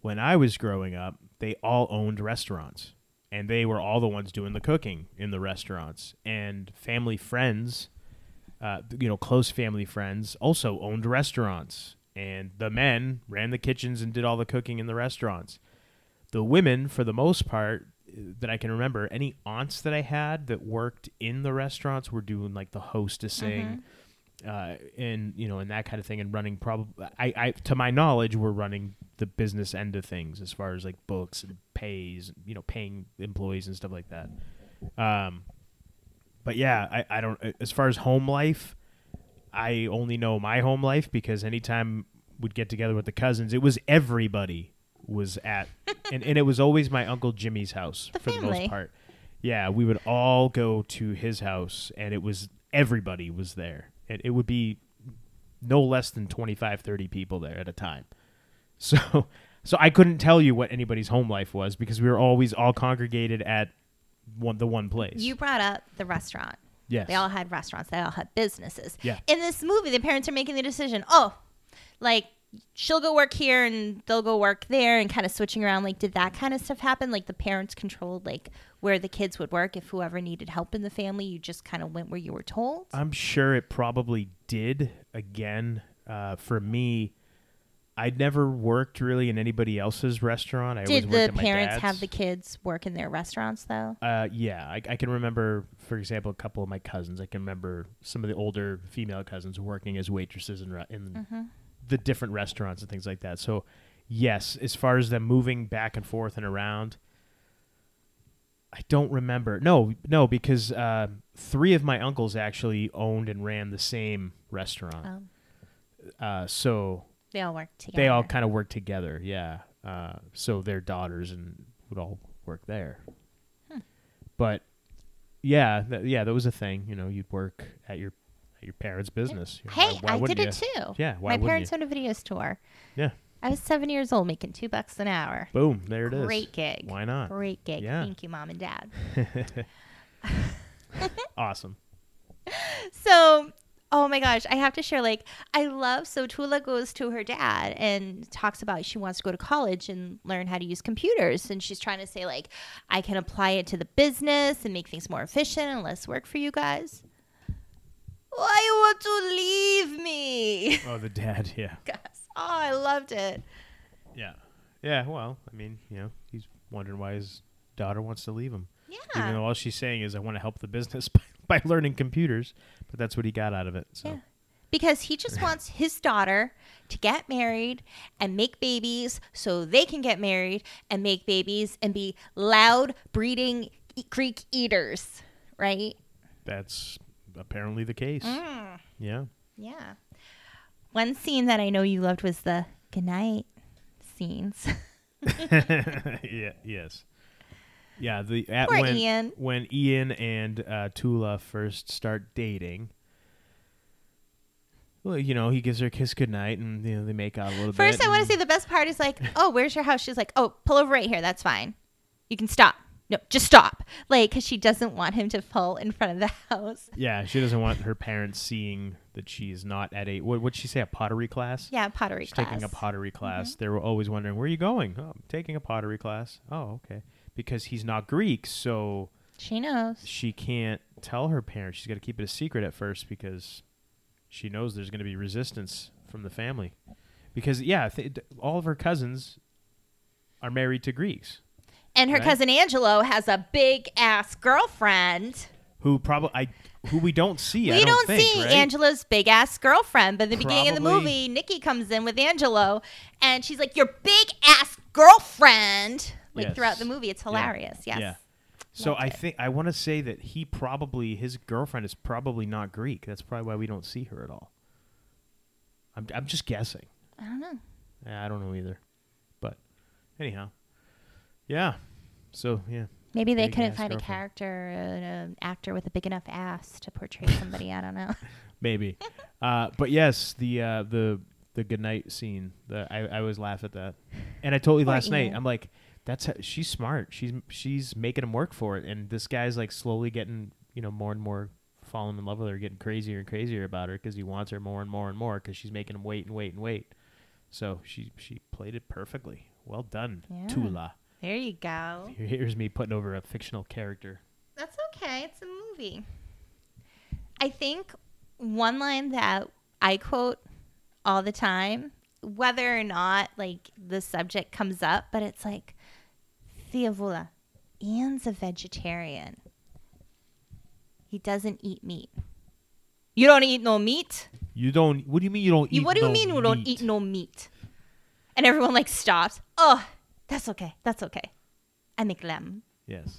Speaker 1: when I was growing up, they all owned restaurants. And they were all the ones doing the cooking in the restaurants. And family friends, uh, you know, close family friends also owned restaurants. And the men ran the kitchens and did all the cooking in the restaurants. the women for the most part uh, that I can remember, any aunts that I had that worked in the restaurants were doing like the hostessing, uh, and you know, and that kind of thing, and running probably. I, I, to my knowledge, were running the business end of things as far as like books and pays, you know, paying employees and stuff like that. Um, but yeah, I, I don't. As far as home life, I only know my home life because anytime we'd get together with the cousins, it was everybody was at, and, and it was always my uncle Jimmy's house
Speaker 2: The
Speaker 1: for the
Speaker 2: family.
Speaker 1: most part. Yeah, we would all go to his house, and it was everybody was there. It, it would be no less than 25, 30 people there at a time. So, so I couldn't tell you what anybody's home life was because we were always all congregated at one the one place.
Speaker 2: You brought up the restaurant.
Speaker 1: Yes.
Speaker 2: They all had restaurants. They all had businesses.
Speaker 1: Yeah.
Speaker 2: In this movie, the parents are making the decision. Oh, like she'll go work here and they'll go work there, and kind of switching around. Like, did that kind of stuff happen? Like the parents controlled like where the kids would work. If whoever needed help in the family, you just kind of went where you were told.
Speaker 1: I'm sure it probably did. Again, uh, for me, I'd never worked really in anybody else's restaurant. I always
Speaker 2: Did
Speaker 1: worked
Speaker 2: the
Speaker 1: at my
Speaker 2: parents
Speaker 1: dad's.
Speaker 2: have the kids work in their restaurants though?
Speaker 1: Uh, yeah, I, I can remember, for example, a couple of my cousins. I can remember some of the older female cousins working as waitresses in, re- in the different restaurants and things like that. So, yes, as far as them moving back and forth and around, I don't remember. No, no, because uh, three of my uncles actually owned and ran the same restaurant.
Speaker 2: Um,
Speaker 1: Uh, so
Speaker 2: they all work together.
Speaker 1: they all kind of work together. Yeah. Uh, so their daughters and would all work there.
Speaker 2: Hmm.
Speaker 1: But yeah, th- yeah, that was a thing. You know, you'd work at your at your parents' business. You know,
Speaker 2: Hey,
Speaker 1: why- why
Speaker 2: I did
Speaker 1: wouldn't
Speaker 2: it
Speaker 1: you?
Speaker 2: too.
Speaker 1: Yeah, why
Speaker 2: my
Speaker 1: wouldn't
Speaker 2: parents
Speaker 1: you?
Speaker 2: owned a video store.
Speaker 1: Yeah.
Speaker 2: I was seven years old, making two bucks an hour.
Speaker 1: Boom, there it is.
Speaker 2: Great gig.
Speaker 1: Why not?
Speaker 2: Great gig.
Speaker 1: Yeah.
Speaker 2: Thank you, mom and dad.
Speaker 1: Awesome.
Speaker 2: So, oh my gosh, I have to share. Like, I love. So Tula goes to her dad and talks about she wants to go to college and learn how to use computers, and she's trying to say like, I can apply it to the business and make things more efficient and less work for you guys. Why you want to leave me?
Speaker 1: Oh, the dad. Yeah.
Speaker 2: Gosh, oh, I loved it.
Speaker 1: Yeah. Yeah. Well, I mean, you know, he's wondering why his daughter wants to leave him. Even
Speaker 2: Yeah.
Speaker 1: though all she's saying is, "I want to help the business by, by learning computers," but that's what he got out of it. So.
Speaker 2: Yeah. Because he just wants his daughter to get married and make babies so they can get married and make babies and be loud breeding e- Greek eaters, right?
Speaker 1: That's apparently the case.
Speaker 2: Mm.
Speaker 1: Yeah.
Speaker 2: Yeah. One scene that I know you loved was the goodnight scenes.
Speaker 1: yeah. Yes. Yeah. The at
Speaker 2: Poor
Speaker 1: when
Speaker 2: Ian.
Speaker 1: when Ian and uh, Tula first start dating. Well, you know, he gives her a kiss goodnight, and you know they make out a little bit.
Speaker 2: First, I want to say the best part is like, oh, where's your house? She's like, oh, pull over right here. That's fine. You can stop. No, just stop. Like, because she doesn't want him to pull in front of the house.
Speaker 1: Yeah, she doesn't want her parents seeing that she's not at a what? What'd she say? A pottery class.
Speaker 2: Yeah, pottery
Speaker 1: She's
Speaker 2: class. Mm-hmm.
Speaker 1: taking a pottery class. They were always wondering, where are you going? Oh, I'm taking a pottery class. Oh, okay. Because he's not Greek, so
Speaker 2: She knows.
Speaker 1: she can't tell her parents. She's got to keep it a secret at first because she knows there's going to be resistance from the family. Because, yeah, th- th- all of her cousins are married to Greeks
Speaker 2: And her
Speaker 1: Right?
Speaker 2: cousin Angelo has a big ass girlfriend.
Speaker 1: who probably I who we don't see. I
Speaker 2: we
Speaker 1: don't,
Speaker 2: don't,
Speaker 1: think,
Speaker 2: see
Speaker 1: right?
Speaker 2: Angelo's big ass girlfriend, but in the beginning of the
Speaker 1: Probably-
Speaker 2: movie, Nikki comes in with Angelo and she's like, Your big ass girlfriend. Like
Speaker 1: Yes.
Speaker 2: throughout the movie, it's
Speaker 1: Yeah.
Speaker 2: hilarious. Yes.
Speaker 1: Yeah. So
Speaker 2: Loved
Speaker 1: I
Speaker 2: it.
Speaker 1: think I want to say that he probably his girlfriend is probably not Greek. That's probably why we don't see her at all. I'm I'm just guessing.
Speaker 2: I don't know.
Speaker 1: Yeah, I don't know either. But anyhow. Yeah. So, yeah.
Speaker 2: Maybe they
Speaker 1: Big
Speaker 2: couldn't
Speaker 1: ass
Speaker 2: find a
Speaker 1: girlfriend.
Speaker 2: character, an an actor with a big enough ass to portray somebody. I don't know.
Speaker 1: Maybe. uh, but yes, the uh, the the goodnight scene. The, I I always laugh at that. And I told you
Speaker 2: Poor
Speaker 1: last night.
Speaker 2: Ian.
Speaker 1: I'm like, that's how, she's smart. She's she's making him work for it. And this guy's like slowly getting you know more and more falling in love with her, getting crazier and crazier about her because he wants her more and more and more because she's making him wait and wait and wait. So she she played it perfectly. Well done,
Speaker 2: Yeah.
Speaker 1: Tula.
Speaker 2: There you go.
Speaker 1: Here- Here's me putting over a fictional character.
Speaker 2: That's okay. It's a movie. I think one line that I quote all the time, whether or not like the subject comes up, but it's like, Theovula, Ian's a vegetarian. He doesn't eat meat. You don't eat no meat?
Speaker 1: You don't. What do you mean you don't
Speaker 2: You,
Speaker 1: eat?
Speaker 2: what do you
Speaker 1: no
Speaker 2: mean you don't
Speaker 1: meat?
Speaker 2: eat no meat? And everyone like stops. Oh, that's okay. That's okay. I make lamb.
Speaker 1: Yes.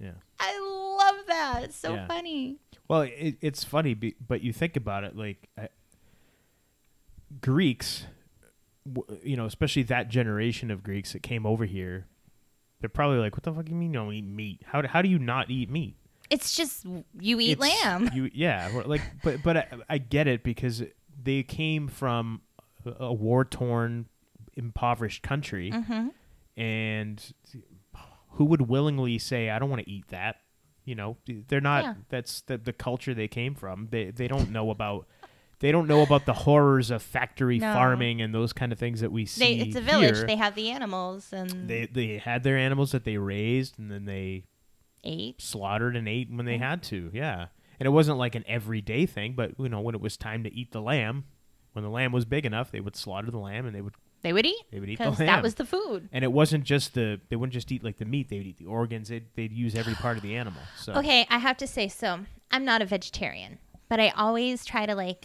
Speaker 1: Yeah.
Speaker 2: I love that. It's so
Speaker 1: Yeah.
Speaker 2: funny.
Speaker 1: Well, it, it's funny, be- but you think about it, like I, Greeks, w- you know, especially that generation of Greeks that came over here, they're probably like, "What the fuck you mean you don't eat meat? How do, how do you not eat meat?
Speaker 2: It's just you eat
Speaker 1: It's-
Speaker 2: lamb.
Speaker 1: You yeah, or like, but but I, I get it because they came from a- a war torn, impoverished country,
Speaker 2: Mm-hmm.
Speaker 1: and who would willingly say, "I don't want to eat that." You know, they're not.
Speaker 2: Yeah.
Speaker 1: That's the the culture they came from. They they don't know about. They don't know about the horrors of factory
Speaker 2: No.
Speaker 1: farming and those kind of things that we see.
Speaker 2: They, it's a village.
Speaker 1: here.
Speaker 2: They have the animals and
Speaker 1: they they had their animals that they raised and then they
Speaker 2: ate.
Speaker 1: slaughtered and ate
Speaker 2: Mm.
Speaker 1: when they had to. Yeah. And it wasn't like an everyday thing, but you know, when it was time to eat the lamb, when the lamb was big enough, they would slaughter the lamb and they would
Speaker 2: They would eat
Speaker 1: They would eat the
Speaker 2: because
Speaker 1: lamb.
Speaker 2: that was the food.
Speaker 1: and it wasn't just the they wouldn't just eat like the meat; they would eat the organs. They'd, they'd use every part of the animal. So
Speaker 2: Okay, I have to say, so I'm not a vegetarian, but I always try to like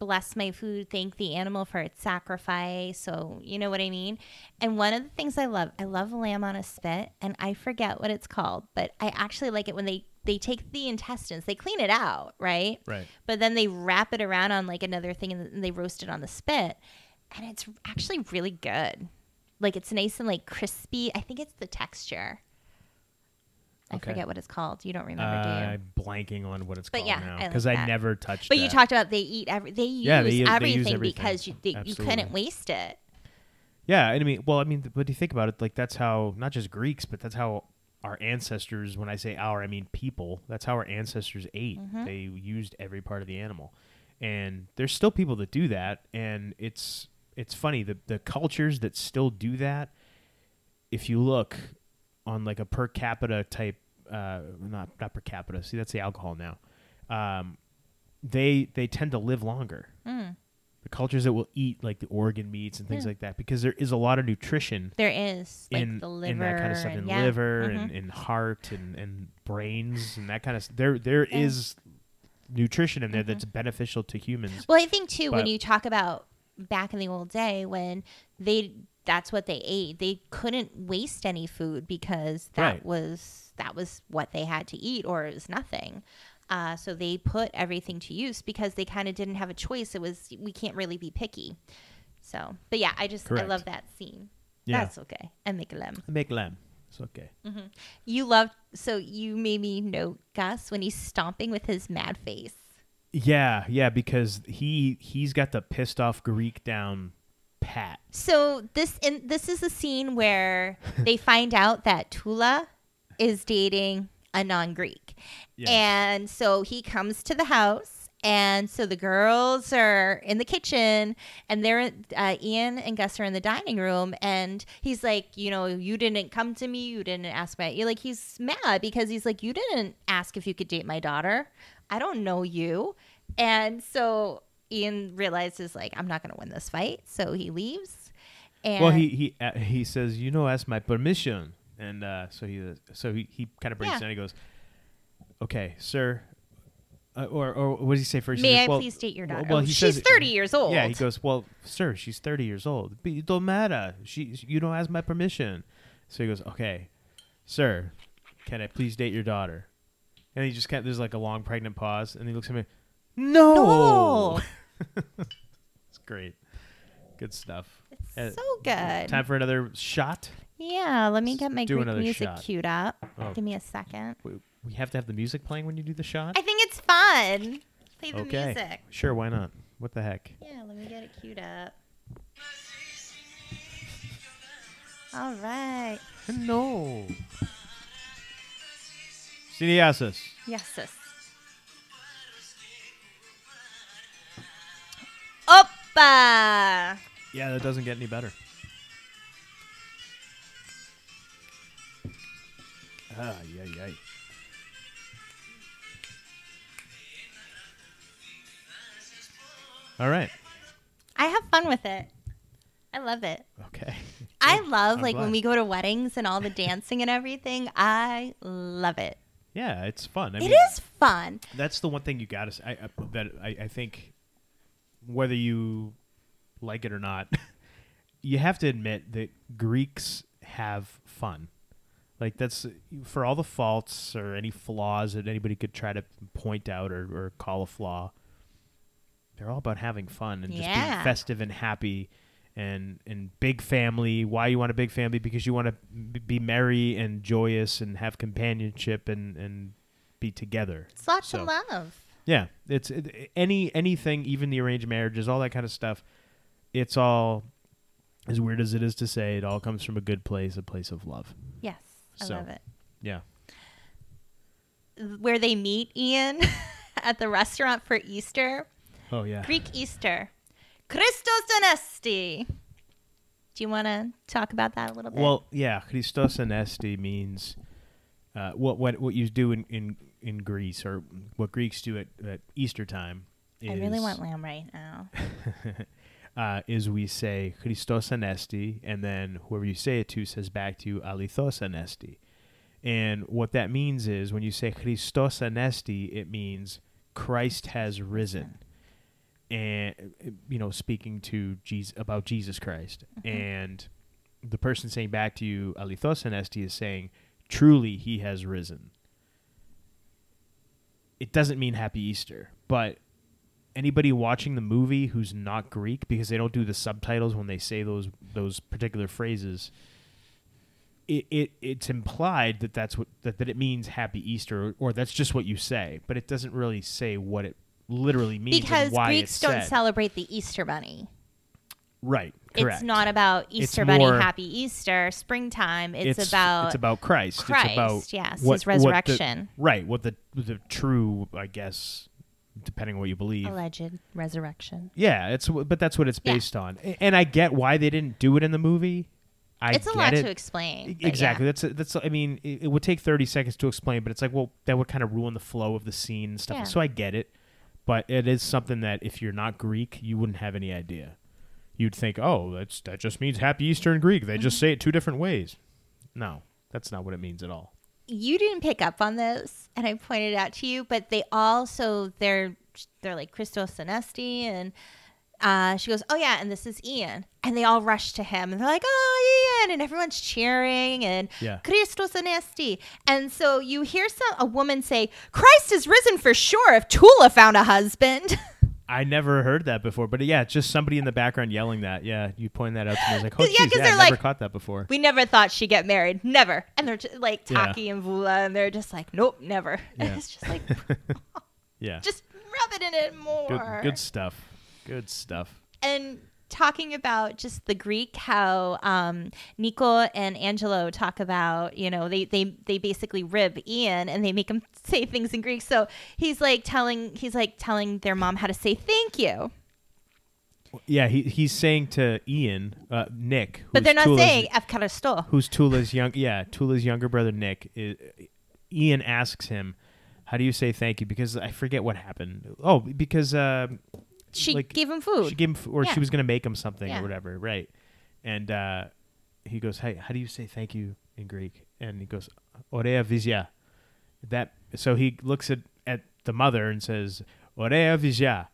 Speaker 2: bless my food, thank the animal for its sacrifice. So, you know what I mean? And one of the things I love, I love lamb on a spit, and I forget what it's called, but I actually like it when they they take the intestines, they clean it out, right?
Speaker 1: right.
Speaker 2: But then they wrap it around on like another thing and and they roast it on the spit, and it's actually really good. Like it's nice and like crispy. I think it's the texture. I
Speaker 1: Okay.
Speaker 2: forget what it's called. You don't
Speaker 1: Uh,
Speaker 2: remember, do you?
Speaker 1: I'm blanking on what it's
Speaker 2: But
Speaker 1: called
Speaker 2: yeah,
Speaker 1: now
Speaker 2: I like
Speaker 1: because I,
Speaker 2: that.
Speaker 1: never touched.
Speaker 2: But you
Speaker 1: that.
Speaker 2: talked about they eat every they use,
Speaker 1: Yeah, they use- they
Speaker 2: everything,
Speaker 1: use everything.
Speaker 2: because you they, you couldn't
Speaker 1: Absolutely.
Speaker 2: waste it.
Speaker 1: Yeah, and I mean, well, I mean, but you think about it, like that's how not just Greeks, but that's how our ancestors. When I say our, I mean people. That's how our ancestors ate. They used every part of the animal, and there's still people that do that. And it's it's funny the the cultures that still do that. If you look on like a per capita type, uh, not not per capita. See, that's the alcohol now. Um, they they tend to live longer the cultures that will eat like the organ meats and things
Speaker 2: Yeah.
Speaker 1: like that because there is a lot of nutrition
Speaker 2: There is like
Speaker 1: in,
Speaker 2: the liver
Speaker 1: in that kind of stuff
Speaker 2: and,
Speaker 1: in
Speaker 2: yeah.
Speaker 1: liver
Speaker 2: Mhm.
Speaker 1: and, and heart and, and brains and that kind of s- there there is
Speaker 2: Yeah. Mm-hmm.
Speaker 1: nutrition in there that's beneficial to humans
Speaker 2: Well, I think too when
Speaker 1: But-
Speaker 2: you talk about back in the old day when they that's what they ate. They couldn't waste any food because that
Speaker 1: Right.
Speaker 2: was that was what they had to eat or it was nothing. Uh, so they put everything to use because they kind of didn't have a choice. It was we can't really be picky. So, but yeah, I just I
Speaker 1: Correct.
Speaker 2: love that scene.
Speaker 1: Yeah.
Speaker 2: That's okay. And make a lemon.
Speaker 1: I make lamb it's okay
Speaker 2: You loved so you made me note Gus when he's stomping with his mad face.
Speaker 1: yeah yeah because he he's got the pissed off greek down pat
Speaker 2: So this in this is a scene where they find out that Tula is dating a non-Greek.
Speaker 1: Yes.
Speaker 2: And so he comes to the house and so the girls are in the kitchen and they're uh, Ian and Gus are in the dining room and he's like, you know, you didn't come to me, you didn't ask my like he's mad because he's like you didn't ask if you could date my daughter. I don't know you. And so Ian realizes like I'm not going to win this fight, so he leaves. And
Speaker 1: well he he uh, he says you know ask my permission and uh, so he so he, he kind of breaks
Speaker 2: Yeah.
Speaker 1: down he goes okay sir uh, or or what does he say first He
Speaker 2: May
Speaker 1: says,
Speaker 2: I
Speaker 1: well-
Speaker 2: please date your
Speaker 1: well-
Speaker 2: daughter? Oh,
Speaker 1: well, he
Speaker 2: She's
Speaker 1: says-
Speaker 2: 30 years old.
Speaker 1: yeah he goes well sir she's 30 years old but it don't matter she you don't ask my permission so he goes okay sir can I please date your daughter and he just kind of, there's like a long pregnant pause and he looks at me no, "Oh."
Speaker 2: No.
Speaker 1: it's great good stuff Uh,
Speaker 2: It's so good.
Speaker 1: time for another shot
Speaker 2: Yeah, let me
Speaker 1: Let's
Speaker 2: get my
Speaker 1: do
Speaker 2: Greek
Speaker 1: another
Speaker 2: music
Speaker 1: shot.
Speaker 2: queued up.
Speaker 1: Oh.
Speaker 2: Give me a second.
Speaker 1: We, we have to have the music playing when you do the shot?
Speaker 2: I think it's fun. Play the
Speaker 1: okay.
Speaker 2: music.
Speaker 1: Sure, why not? What the heck?
Speaker 2: Yeah, let me get it queued up. All right.
Speaker 1: No. Cineasis.
Speaker 2: Yes, sis. Oppa!
Speaker 1: Yeah, that doesn't get any better. Ah, yeah, yeah. All right.
Speaker 2: I have fun with it. I love it.
Speaker 1: Okay.
Speaker 2: I love
Speaker 1: I'm
Speaker 2: like when
Speaker 1: glad.
Speaker 2: we go to weddings and all the dancing and everything. I love it.
Speaker 1: Yeah, it's fun. I
Speaker 2: It
Speaker 1: mean,
Speaker 2: is fun.
Speaker 1: that's the one thing you got to I, I- that I, I think whether you like it or not you have to admit that greeks have fun like that's for all the faults or any flaws that anybody could try to point out or, or call a flaw they're all about having fun and just being
Speaker 2: Yeah.
Speaker 1: festive and happy and and big family why you want a big family because you want to b- be merry and joyous and have companionship and and be together
Speaker 2: It's lots
Speaker 1: So-
Speaker 2: of love.
Speaker 1: yeah, it's it, any anything, even the arranged marriages, all that kind of stuff. It's all as weird as it is to say. It all comes from a good place, a place of love.
Speaker 2: Yes, I
Speaker 1: So-
Speaker 2: love it.
Speaker 1: Yeah,
Speaker 2: Where they meet Ian at the restaurant for Easter,
Speaker 1: oh yeah,
Speaker 2: Greek Easter, Christos Anesti. Do you want to talk about that a little bit?
Speaker 1: Well, yeah, Christos anesti means uh, what what what you do in, in in Greece or what Greeks do at, at Easter time. Is,
Speaker 2: I really want lamb right now.
Speaker 1: uh, is we say Christos Anesti, and then whoever you say it to says back to you Alithos Anesti. And what that means is when you say Christos Anesti, it means Christ has risen. And you know, speaking to Jesus about Jesus Christ, and the person saying back to you Alithos Anesti is saying, "Truly, He has risen." It doesn't mean Happy Easter, but anybody watching the movie who's not Greek because they don't do the subtitles when they say those those particular phrases. It, it it's implied that that's what that, that it means Happy Easter or, or that's just what you say, but it doesn't really say what it literally means and
Speaker 2: because
Speaker 1: why
Speaker 2: Greeks
Speaker 1: it's
Speaker 2: don't
Speaker 1: said.
Speaker 2: celebrate the Easter Bunny.
Speaker 1: Right, correct.
Speaker 2: It's not about
Speaker 1: It's
Speaker 2: Easter Bunny,
Speaker 1: more-
Speaker 2: Happy Easter, springtime. It's, about
Speaker 1: it's about Christ.
Speaker 2: Christ,
Speaker 1: it's about
Speaker 2: yes,
Speaker 1: what- what
Speaker 2: his
Speaker 1: the-
Speaker 2: resurrection.
Speaker 1: right, what the the true, I guess, depending on what you believe,
Speaker 2: alleged resurrection.
Speaker 1: Yeah, it's wh- but that's what it's
Speaker 2: Yeah.
Speaker 1: based on, A- and I get why they didn't do it in the movie. I
Speaker 2: it's a
Speaker 1: get
Speaker 2: lot
Speaker 1: it.
Speaker 2: to explain. but yeah.
Speaker 1: Exactly. That's that's. I mean, it, it would take thirty seconds to explain, but it's like, well, that would kind of ruin the flow of the scene and stuff.
Speaker 2: Yeah.
Speaker 1: So I get it, but it is something that if you're not Greek, you wouldn't have any idea. You'd think, oh, that's that just means Happy Easter in Greek. They
Speaker 2: Mm-hmm.
Speaker 1: just say it two different ways. No, that's not what it means at all.
Speaker 2: you didn't pick up on this and i pointed it out to you but they also they're they're like christos Anesti and uh, she goes oh yeah and this is ian and they all rush to him and they're like oh ian and everyone's cheering and
Speaker 1: Yeah.
Speaker 2: christos Anesti. and so you hear some a woman say christ is risen for sure if tula found a husband
Speaker 1: I never heard that before, but yeah, it's just somebody in the background yelling that. Yeah, you point that out to me. I was like, oh,
Speaker 2: Yeah,
Speaker 1: geez,
Speaker 2: 'cause
Speaker 1: yeah, I
Speaker 2: they're
Speaker 1: never
Speaker 2: like-
Speaker 1: caught that before.
Speaker 2: we never thought she'd get married never and they're just like
Speaker 1: Yeah.
Speaker 2: taki and vula and they're just like nope never
Speaker 1: Yeah.
Speaker 2: and it's just like
Speaker 1: Yeah.
Speaker 2: just rub it in it more
Speaker 1: good, good stuff. Good stuff.
Speaker 2: and talking about just the greek how um, nico and angelo talk about you know they, they they basically rib ian and they make him say things in greek so he's like telling he's like telling their mom how to say thank you
Speaker 1: Yeah, he, he's saying to Ian, uh, Nick,
Speaker 2: but
Speaker 1: who's
Speaker 2: they're not
Speaker 1: Tula's-
Speaker 2: saying efkaristo
Speaker 1: who's Tula's young. Yeah, Tula's younger brother, Nick. i Ian asks him, "How do you say thank you?" Because I forget what happened. Oh, because uh,
Speaker 2: she
Speaker 1: like,
Speaker 2: gave him food
Speaker 1: she gave him, f- or
Speaker 2: Yeah.
Speaker 1: she was gonna make him something
Speaker 2: Yeah.
Speaker 1: or whatever, right? And uh, he goes, "Hey, how do you say thank you in Greek?" And he goes, "Orea vizia." That so he looks at at the mother and says, "Orea vizia,"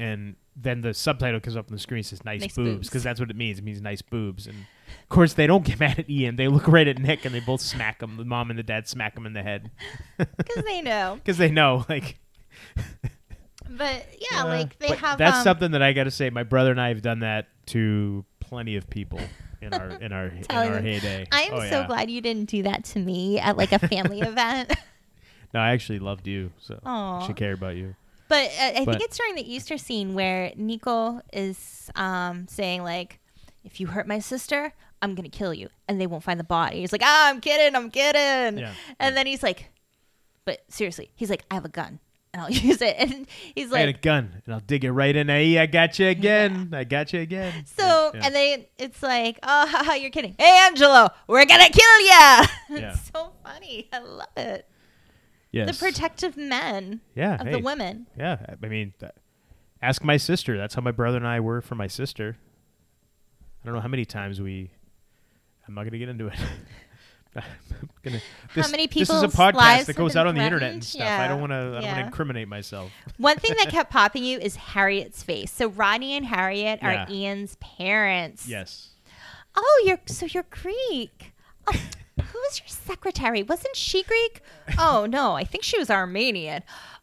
Speaker 1: and then the subtitle comes up on the screen and says nice,
Speaker 2: Nice
Speaker 1: boobs
Speaker 2: boobs.
Speaker 1: because that's what it means it means nice boobs and of course they don't get mad at ian they look right at nick and they both smack him the mom and the dad smack him in the head
Speaker 2: because they know
Speaker 1: because they know like
Speaker 2: but yeah
Speaker 1: uh,
Speaker 2: like they
Speaker 1: but
Speaker 2: have
Speaker 1: That's
Speaker 2: um,
Speaker 1: something that I got to say. My brother and I have done that to plenty of people in our in our in
Speaker 2: Telling
Speaker 1: our
Speaker 2: them.
Speaker 1: heyday.
Speaker 2: i am
Speaker 1: Oh,
Speaker 2: so
Speaker 1: yeah.
Speaker 2: glad you didn't do that to me at like a family event
Speaker 1: No, I actually loved you, so
Speaker 2: Aw.
Speaker 1: I should care about you.
Speaker 2: But uh, I
Speaker 1: But-
Speaker 2: think it's during the Easter scene where Nico is um, saying like, "If you hurt my sister, I'm gonna kill you," and they won't find the body. He's like, "Ah, I'm kidding, I'm kidding."
Speaker 1: Yeah,
Speaker 2: And then he's like, "But seriously," he's like, "I have a gun, and I'll use it." And he's
Speaker 1: I had a
Speaker 2: like,
Speaker 1: gun, and I'll dig it right in. Hey, I got you again. I got you again.
Speaker 2: "So,"
Speaker 1: Yeah, yeah.
Speaker 2: and then it's like, "Oh, haha, you're kidding, hey Angelo, we're gonna kill ya."
Speaker 1: Yeah.
Speaker 2: it's so funny. I love it.
Speaker 1: yes.
Speaker 2: The protective men
Speaker 1: yeah,
Speaker 2: of
Speaker 1: hey,
Speaker 2: the women.
Speaker 1: Yeah, I- I mean, th- ask my sister. That's how my brother and I were for my sister. I don't know how many times we. I'm not gonna get into it. I'm gonna- this,
Speaker 2: many
Speaker 1: This is a
Speaker 2: people's
Speaker 1: podcast
Speaker 2: lives
Speaker 1: that
Speaker 2: have
Speaker 1: goes
Speaker 2: been
Speaker 1: out on the internet and
Speaker 2: threatened?
Speaker 1: stuff. I
Speaker 2: Yeah,
Speaker 1: don't want to. I don't want to
Speaker 2: yeah.
Speaker 1: incriminate myself.
Speaker 2: One thing that kept popping you is Harriet's face. So Rodney and Harriet
Speaker 1: Yeah.
Speaker 2: are Ian's parents.
Speaker 1: Yes.
Speaker 2: Oh, you're so you're Greek. Oh, who was your secretary? Wasn't she Greek? Oh no, I think she was Armenian.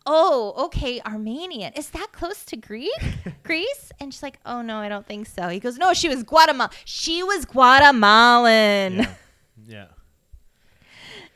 Speaker 2: Oh, okay, Armenian. Is that close to Greek? Greece? And she's like, "Oh no, I don't think so." He goes, "No, she was Guatemala. She was Guatemalan."
Speaker 1: Yeah. yeah.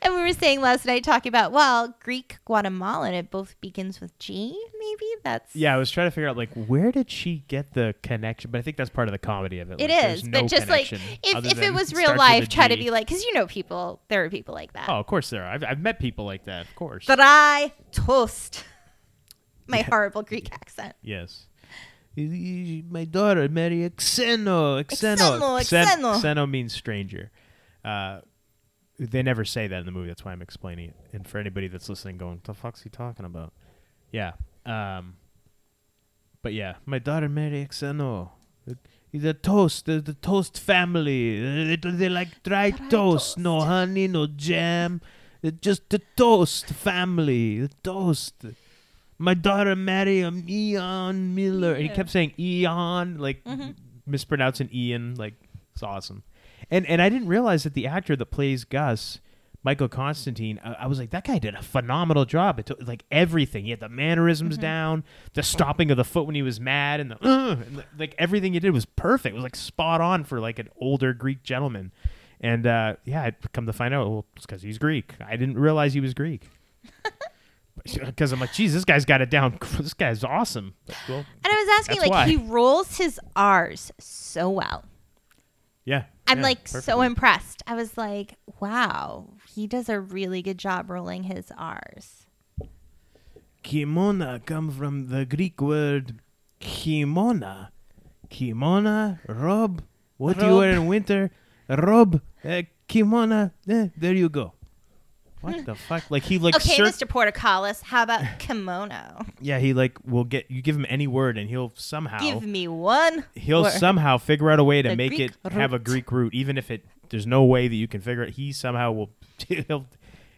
Speaker 2: And we were saying last night talking about, well, Greek Guatemalan. It both begins with G. Maybe that's
Speaker 1: Yeah, I was trying to figure out like where did she get the connection, but I think that's part of the comedy of it. Like,
Speaker 2: It is,
Speaker 1: there's no
Speaker 2: but just like
Speaker 1: connection
Speaker 2: if,
Speaker 1: other
Speaker 2: if it
Speaker 1: than
Speaker 2: was
Speaker 1: it
Speaker 2: real
Speaker 1: starts with
Speaker 2: life,
Speaker 1: a
Speaker 2: try to
Speaker 1: G.
Speaker 2: be like, because you know people, there are people like that.
Speaker 1: Oh, of course there are. I've, I've met people like that, of course.
Speaker 2: Dry toast. My horrible Greek accent.
Speaker 1: Yes. My daughter, Mary Xeno.
Speaker 2: Xeno, Xeno.
Speaker 1: Xeno means stranger. Uh, they never say that in the movie. That's why I'm explaining it. And for anybody that's listening, going, the fuck's he talking about? Yeah. Um, but yeah, my daughter, Mary Xeno. The toast, the, the toast family. They, they like dry,
Speaker 2: Dry
Speaker 1: toast. no
Speaker 2: toast.
Speaker 1: honey, no jam. Uh, Just the toast family, the toast. My daughter marry a Eon Miller. And he
Speaker 2: Yeah.
Speaker 1: kept saying Eon, like
Speaker 2: Mhm.
Speaker 1: mispronouncing Ian. Like it's awesome. And and I didn't realize that the actor that plays Gus, Michael Constantine, I, I was like, that guy did a phenomenal job. It took like everything. He had the mannerisms down, the stomping of the foot when he was mad, and the, "Ugh," and the- like everything he did was perfect. It was like spot on for like an older Greek gentleman. And uh, yeah, I come to find out, well, it's because he's Greek. I didn't realize he was Greek. Because I'm like, geez, this guy's got it down. This guy's awesome. Like, well,
Speaker 2: And I was asking,
Speaker 1: That's why.
Speaker 2: like, he rolls his R's so well.
Speaker 1: yeah.
Speaker 2: I'm
Speaker 1: yeah,
Speaker 2: like so
Speaker 1: perfectly.
Speaker 2: impressed. I was like, wow, he does a really good job rolling his R's.
Speaker 1: Kimona come from the Greek word kimona. Kimona, robe. What do you
Speaker 2: Robe.
Speaker 1: wear in winter? Robe, uh, kimona. Eh, there you go. What the fuck? Like he like
Speaker 2: okay,
Speaker 1: cir-
Speaker 2: Mr. Portocollis, how about kimono?
Speaker 1: yeah he like will get you give him any word and he'll somehow
Speaker 2: Give me one.
Speaker 1: he'll
Speaker 2: word.
Speaker 1: somehow figure out a way to
Speaker 2: The
Speaker 1: make
Speaker 2: Greek
Speaker 1: it have a
Speaker 2: root.
Speaker 1: Greek root even if it there's no way that you can figure it. He somehow will he'll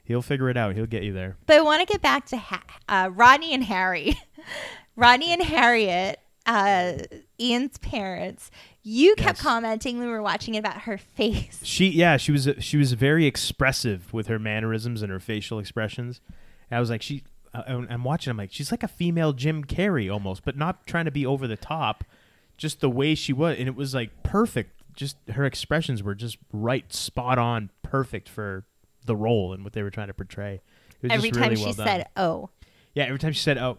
Speaker 1: he'll figure it out. He'll get you there.
Speaker 2: But I want to get back to ha- uh, Rodney and Harry. Rodney and Harriet, uh, Ian's parents. You kept
Speaker 1: Yes.
Speaker 2: commenting when we were watching it about her face.
Speaker 1: She yeah, she was she was very expressive with her mannerisms and her facial expressions. And I was like she I- I'm I'm watching I'm like she's like a female Jim Carrey almost, but not trying to be over the top, just the way she was and it was like perfect. Just her expressions were just right spot on perfect for the role and what they were trying to portray. It was
Speaker 2: Every
Speaker 1: just
Speaker 2: time
Speaker 1: really
Speaker 2: she
Speaker 1: well done.
Speaker 2: said, "Oh,
Speaker 1: Yeah, every time she said oh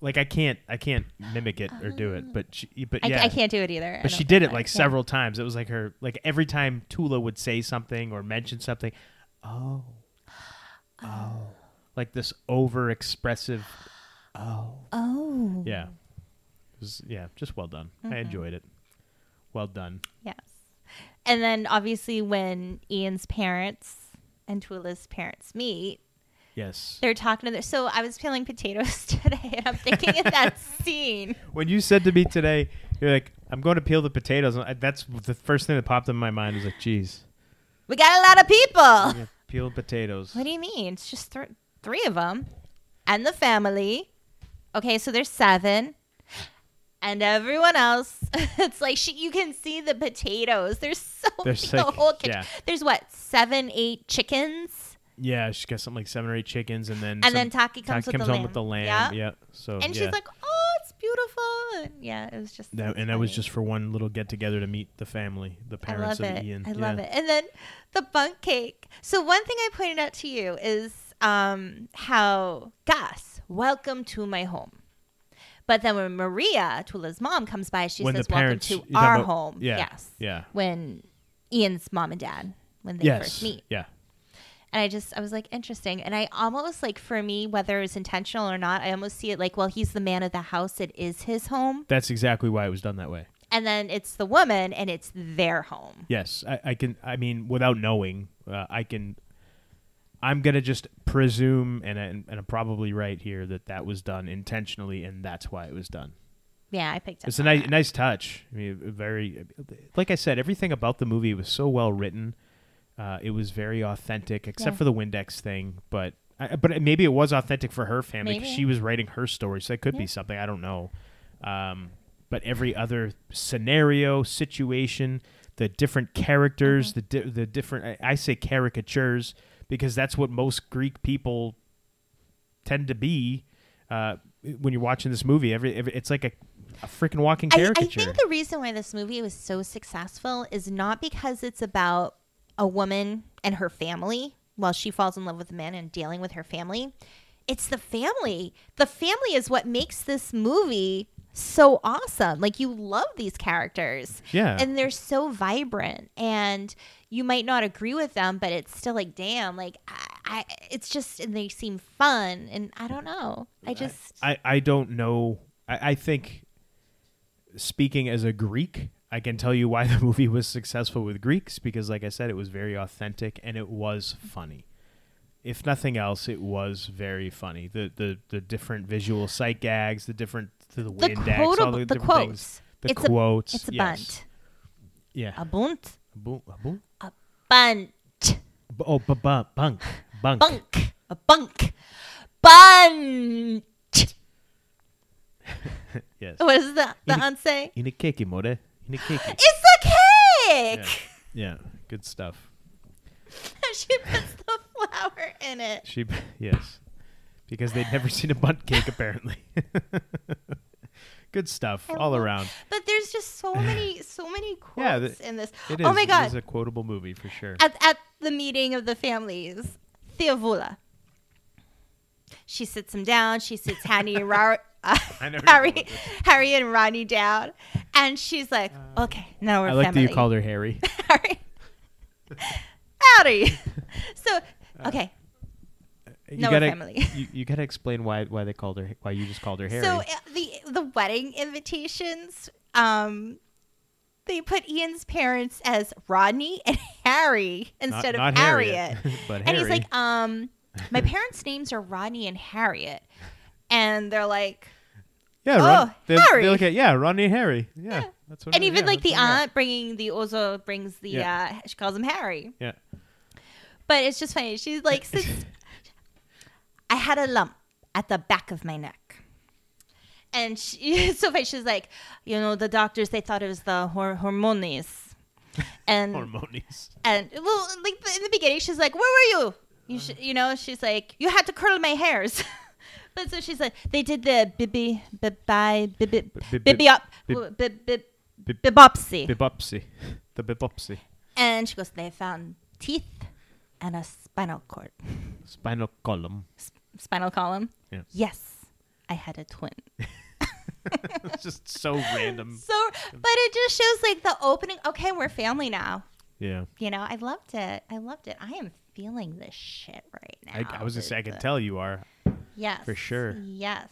Speaker 1: like I can't I can't mimic it or do it, but she but
Speaker 2: I,
Speaker 1: yeah.
Speaker 2: I can't do it either." I
Speaker 1: But she
Speaker 2: don't
Speaker 1: did it
Speaker 2: think I-
Speaker 1: like
Speaker 2: yeah.
Speaker 1: several times. It was like her like every time Tula would say something or mention something, oh, oh, like this over expressive, oh,
Speaker 2: Oh,
Speaker 1: yeah, it was, yeah, just well done.
Speaker 2: Mm-hmm.
Speaker 1: I enjoyed it. Well done.
Speaker 2: yes. And then obviously when Ian's parents and Twila's parents meet,
Speaker 1: Yes.
Speaker 2: they're talking to their. So I was peeling potatoes today, and I'm thinking of that scene.
Speaker 1: When you said to me today, you're like, "I'm going to peel the potatoes." and I- That's the first thing that popped in my mind. Was like, "Geez,
Speaker 2: We got a lot of people.
Speaker 1: yeah, peel potatoes."
Speaker 2: What do you mean? It's just thr three of them and the family. Okay, so there's seven. And everyone else, it's like she, you can see the potatoes. There's so
Speaker 1: There's
Speaker 2: many- the
Speaker 1: like-
Speaker 2: whole kitchen.
Speaker 1: yeah.
Speaker 2: There's what seven, eight chickens,
Speaker 1: Yeah, she's got something like seven or eight chickens, and then
Speaker 2: and then Taki comes, with,
Speaker 1: comes
Speaker 2: the
Speaker 1: home
Speaker 2: lamb.
Speaker 1: with the lamb.
Speaker 2: Yeah,
Speaker 1: Yeah, so
Speaker 2: and
Speaker 1: yeah.
Speaker 2: she's like, "Oh, it's beautiful." And yeah, it was just
Speaker 1: That,
Speaker 2: it's
Speaker 1: and that was
Speaker 2: funny.
Speaker 1: just for one little get together to meet the family, the
Speaker 2: I
Speaker 1: parents
Speaker 2: love
Speaker 1: of
Speaker 2: it.
Speaker 1: Ian.
Speaker 2: I love it. And then the bunk cake. So one thing I pointed out to you is um, how Gus, welcome to my home. But then when Maria, Tula's mom, comes by, she
Speaker 1: When the
Speaker 2: says,
Speaker 1: parents- you're
Speaker 2: "Welcome
Speaker 1: talking
Speaker 2: to our
Speaker 1: about-
Speaker 2: home."
Speaker 1: yeah,
Speaker 2: Yes.
Speaker 1: yeah.
Speaker 2: When Ian's mom and dad, when they
Speaker 1: Yes.
Speaker 2: first meet,
Speaker 1: Yeah.
Speaker 2: and I just, I was like, interesting. And I almost like, for me, whether it was intentional or not, I almost see it like, well, he's the man of the house. It is his home,
Speaker 1: That's exactly why it was done that way.
Speaker 2: and then it's the woman, and it's their home.
Speaker 1: Yes. I, I can, I mean, without knowing, uh, I can, I'm going to just presume, and, I, and I'm probably right here, that that was done intentionally and that's why it was done.
Speaker 2: Yeah, I picked up.
Speaker 1: It's a
Speaker 2: on
Speaker 1: nice,
Speaker 2: that.
Speaker 1: nice touch. I mean, very, like I said, everything about the movie was so well written. Uh, it was very authentic, except
Speaker 2: Yeah.
Speaker 1: for the Windex thing. But I, but maybe it was authentic for her family 'cause
Speaker 2: Maybe.
Speaker 1: she was writing her story, so that could be
Speaker 2: Yeah.
Speaker 1: something I don't know. Um, but every other scenario, situation, the different characters,
Speaker 2: Mm-hmm.
Speaker 1: the di- the different I, I say caricatures because that's what most Greek people tend to be. Uh, when you're watching this movie, every, every it's like a, a freaking walking
Speaker 2: I, I
Speaker 1: caricature.
Speaker 2: think the reason why this movie was so successful is not because it's about a woman and her family while she falls in love with a man and dealing with her family. It's the family. The family is what makes this movie so awesome. Like you love these characters.
Speaker 1: Yeah.
Speaker 2: And they're so vibrant and you might not agree with them, but it's still like, damn, like I, I it's just and they seem fun and I don't know. I just
Speaker 1: I, I don't know. I, I think speaking as a Greek, I can tell you why the movie was successful with Greeks because, like I said, it was very authentic and it was funny. If nothing else, it was very funny. The the, the different visual sight gags, the different to the
Speaker 2: The
Speaker 1: Windex, all
Speaker 2: quotable,
Speaker 1: the,
Speaker 2: the,
Speaker 1: different
Speaker 2: quotes.
Speaker 1: things. The
Speaker 2: it's
Speaker 1: quotes.
Speaker 2: A, it's a
Speaker 1: yes.
Speaker 2: bunt.
Speaker 1: Yeah.
Speaker 2: A bunt.
Speaker 1: A bu- a bu-
Speaker 2: Bunt.
Speaker 1: bu- oh, bu- bu- bunk. Bunk.
Speaker 2: Bunk. A bunk. Bunt.
Speaker 1: Yes.
Speaker 2: What is the, the
Speaker 1: Ini-
Speaker 2: aunt say?
Speaker 1: In a cakey, more. In a cakey.
Speaker 2: It's the cake.
Speaker 1: Yeah. Good stuff.
Speaker 2: she puts the flower in it.
Speaker 1: She, yes, because they'd never seen a bunt cake apparently. Good stuff
Speaker 2: I
Speaker 1: all
Speaker 2: love-
Speaker 1: around.
Speaker 2: But there's just so many, so many quotes
Speaker 1: Yeah, the-
Speaker 2: in this.
Speaker 1: It is.
Speaker 2: oh my
Speaker 1: It is
Speaker 2: god!
Speaker 1: a quotable movie for sure.
Speaker 2: at at the meeting of the families, Theovula. She sits him down. She sits Hanny and Ra- uh,
Speaker 1: I know where you're going
Speaker 2: Harry,
Speaker 1: with this.
Speaker 2: Harry and Ronnie down, and she's like, "Okay, now we're
Speaker 1: Uh, I like
Speaker 2: family."
Speaker 1: that you called her Harry.
Speaker 2: Harry. Howdy. so,
Speaker 1: Uh,
Speaker 2: okay,
Speaker 1: You
Speaker 2: No, we're
Speaker 1: gotta,
Speaker 2: family.
Speaker 1: You, you gotta explain why why they called her why you just called her Harry.
Speaker 2: So uh, the the wedding invitations, um, they put Ian's parents as Rodney and Harry
Speaker 1: Not-
Speaker 2: instead
Speaker 1: not
Speaker 2: of Harriet.
Speaker 1: but Harry.
Speaker 2: and he's like, um, my parents' names are Rodney and Harriet, and they're like,
Speaker 1: yeah,
Speaker 2: oh,
Speaker 1: Ron, they,
Speaker 2: Harry.
Speaker 1: They look at yeah, Ronnie and Harry. Yeah, that's what.
Speaker 2: and
Speaker 1: it-
Speaker 2: even
Speaker 1: yeah,
Speaker 2: like the
Speaker 1: that's what it is.
Speaker 2: aunt bringing the Ozo brings the
Speaker 1: Yeah.
Speaker 2: uh, she calls him Harry,
Speaker 1: Yeah.
Speaker 2: but it's just funny. She's like, sits- I had a lump at the back of my neck. And she, it's so funny. She's like, you know, the doctors they thought it was the hor- hormones, and
Speaker 1: Hormonies.
Speaker 2: and well, like in the beginning, she's like, where were you? You sh-, you know, she's like, you had to curl my hairs. but so she's like, they did the bibi bibi bibi
Speaker 1: bib-
Speaker 2: bibi up
Speaker 1: bib-
Speaker 2: bibi
Speaker 1: bib-
Speaker 2: bibopsy,
Speaker 1: Bibopsy. The bibopsy.
Speaker 2: and she goes, they found teeth and a spinal cord.
Speaker 1: Spinal column.
Speaker 2: spinal column.
Speaker 1: Yeah.
Speaker 2: Yes, I had a twin.
Speaker 1: it's just so random.
Speaker 2: So, but it just shows like the opening. Okay, we're family now.
Speaker 1: Yeah.
Speaker 2: You know, I loved it. I loved it. I am feeling this shit right
Speaker 1: I,
Speaker 2: now.
Speaker 1: I was gonna say I can
Speaker 2: The-
Speaker 1: tell you are
Speaker 2: Yes,
Speaker 1: for sure.
Speaker 2: Yes,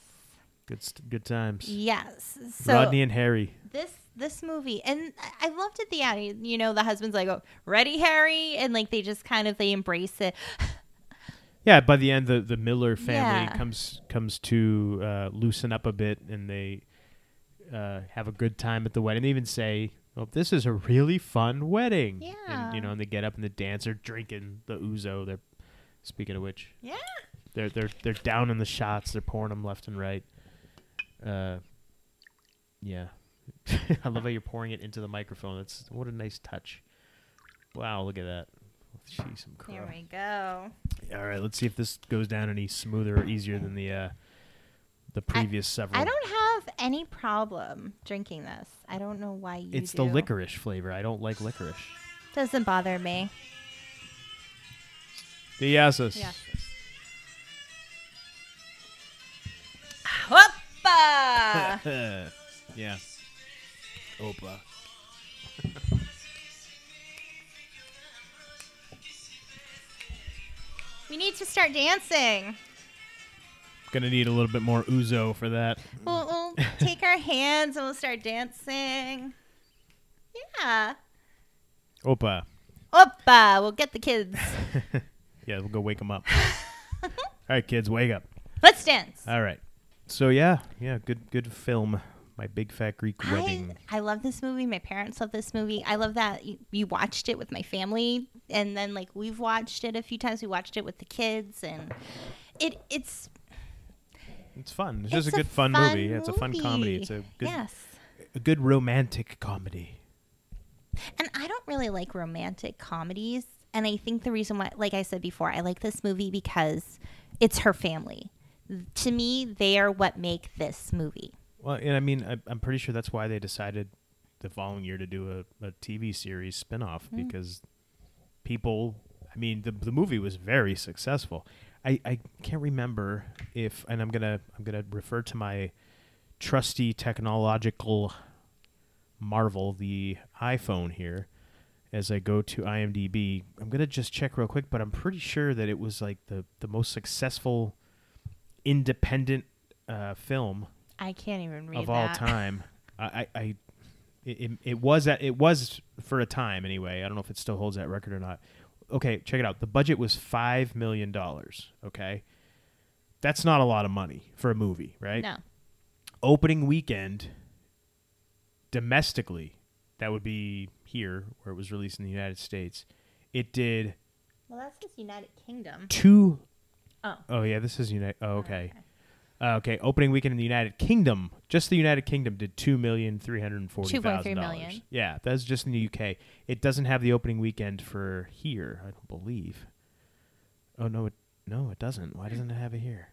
Speaker 1: good st- good times.
Speaker 2: yes. So
Speaker 1: Rodney and Harry.
Speaker 2: this this movie, and I- I loved it. The end. You know, the husband's like, "Oh, ready, Harry," and like they just kind of they embrace it.
Speaker 1: Yeah, by the end, the, the Miller family
Speaker 2: Yeah.
Speaker 1: comes comes to uh, loosen up a bit, and they uh, have a good time at the wedding. They even say, "Oh, this is a really fun wedding." and, you
Speaker 2: Yeah.
Speaker 1: know, and they get up and they dance. They're drinking the ouzo. They're speaking of which,
Speaker 2: Yeah.
Speaker 1: they're they're they're down in the shots. They're pouring them left and right. Uh, yeah, I love how you're pouring it into the microphone. That's what a nice touch. Wow, look at that. Jeez, I'm
Speaker 2: There we go.
Speaker 1: all right, let's see if this goes down any smoother or easier than the uh, the previous several.
Speaker 2: I don't have any problem drinking this. I don't know why you.
Speaker 1: it's the
Speaker 2: do.
Speaker 1: licorice flavor. I don't like licorice.
Speaker 2: Doesn't bother me.
Speaker 1: The Yasus.
Speaker 2: Yeah. Whoopa!
Speaker 1: yeah. Opa.
Speaker 2: we need to start dancing.
Speaker 1: Gonna need a little bit more ouzo for that.
Speaker 2: We'll, we'll take our hands and we'll start dancing. Yeah.
Speaker 1: Opa.
Speaker 2: Whoopa! We'll get the kids.
Speaker 1: Yeah, we'll go wake them up. All right, kids, wake up.
Speaker 2: Let's dance.
Speaker 1: All right. So yeah, yeah, good good film. My big fat Greek
Speaker 2: I,
Speaker 1: wedding.
Speaker 2: I love this movie. My parents love this movie. I love that you, you watched it with my family, and then like we've watched it a few times. We watched it with the kids, and it it's
Speaker 1: It's fun. It's, just a
Speaker 2: it's
Speaker 1: good fun, movie. Yeah, It's a fun comedy. It's a good
Speaker 2: yes.
Speaker 1: a good romantic comedy.
Speaker 2: And I don't really like romantic comedies. And I think the reason why, like I said before, I like this movie because it's her family. To me, they are what make this movie.
Speaker 1: Well, and I mean, I, I'm pretty sure that's why they decided the following year to do a, a TV series spinoff because people, I mean, the, the movie was very successful. I, I can't remember if, and I'm gonna I'm gonna refer to my trusty technological marvel, the iPhone here, as I go to IMDb. I'm gonna just check real quick, but I'm pretty sure that it was like the the most successful independent uh, film
Speaker 2: I can't even read
Speaker 1: of all
Speaker 2: that.
Speaker 1: time. I, I, I it, it- it was at, it was for a time anyway. I don't know if it still holds that record or not. Okay, check it out. The budget was five million dollars. Okay, that's not a lot of money for a movie, right?
Speaker 2: No.
Speaker 1: opening weekend domestically, that would be here where it was released in the United States. It did
Speaker 2: Well, that's just United Kingdom.
Speaker 1: two
Speaker 2: Oh.
Speaker 1: Oh yeah, this is United. Oh, okay. Uh, okay, opening weekend in the United Kingdom. Just the United Kingdom did two million three hundred forty thousand
Speaker 2: 2.3
Speaker 1: dollars.
Speaker 2: million.
Speaker 1: Yeah, that's just in the UK. It doesn't have the opening weekend for here, I don't believe. Oh no, it no, it doesn't. Why doesn't it have it here?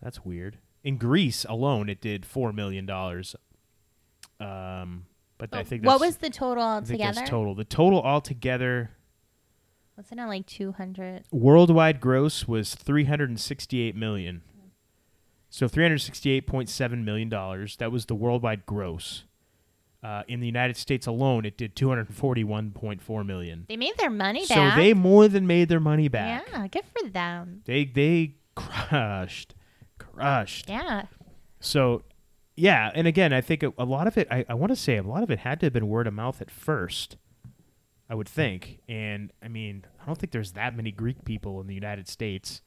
Speaker 1: That's weird. In Greece alone, it did four million dollars. Um, but I think
Speaker 2: what
Speaker 1: that's,
Speaker 2: was the total
Speaker 1: I think
Speaker 2: altogether?
Speaker 1: that's total. The total altogether
Speaker 2: What's it not like 200?
Speaker 1: worldwide gross was 368 million so 368.7 million dollars that was the worldwide gross uh, in the united states alone it did 241.4 million
Speaker 2: They made their money
Speaker 1: so
Speaker 2: back.
Speaker 1: they more than made their money back
Speaker 2: Yeah, good for them.
Speaker 1: they they crushed crushed
Speaker 2: Yeah.
Speaker 1: so yeah and again i think a, a lot of it i, I want to say a lot of it had to have been word of mouth at first i would think and i mean i don't think there's that many greek people in the united states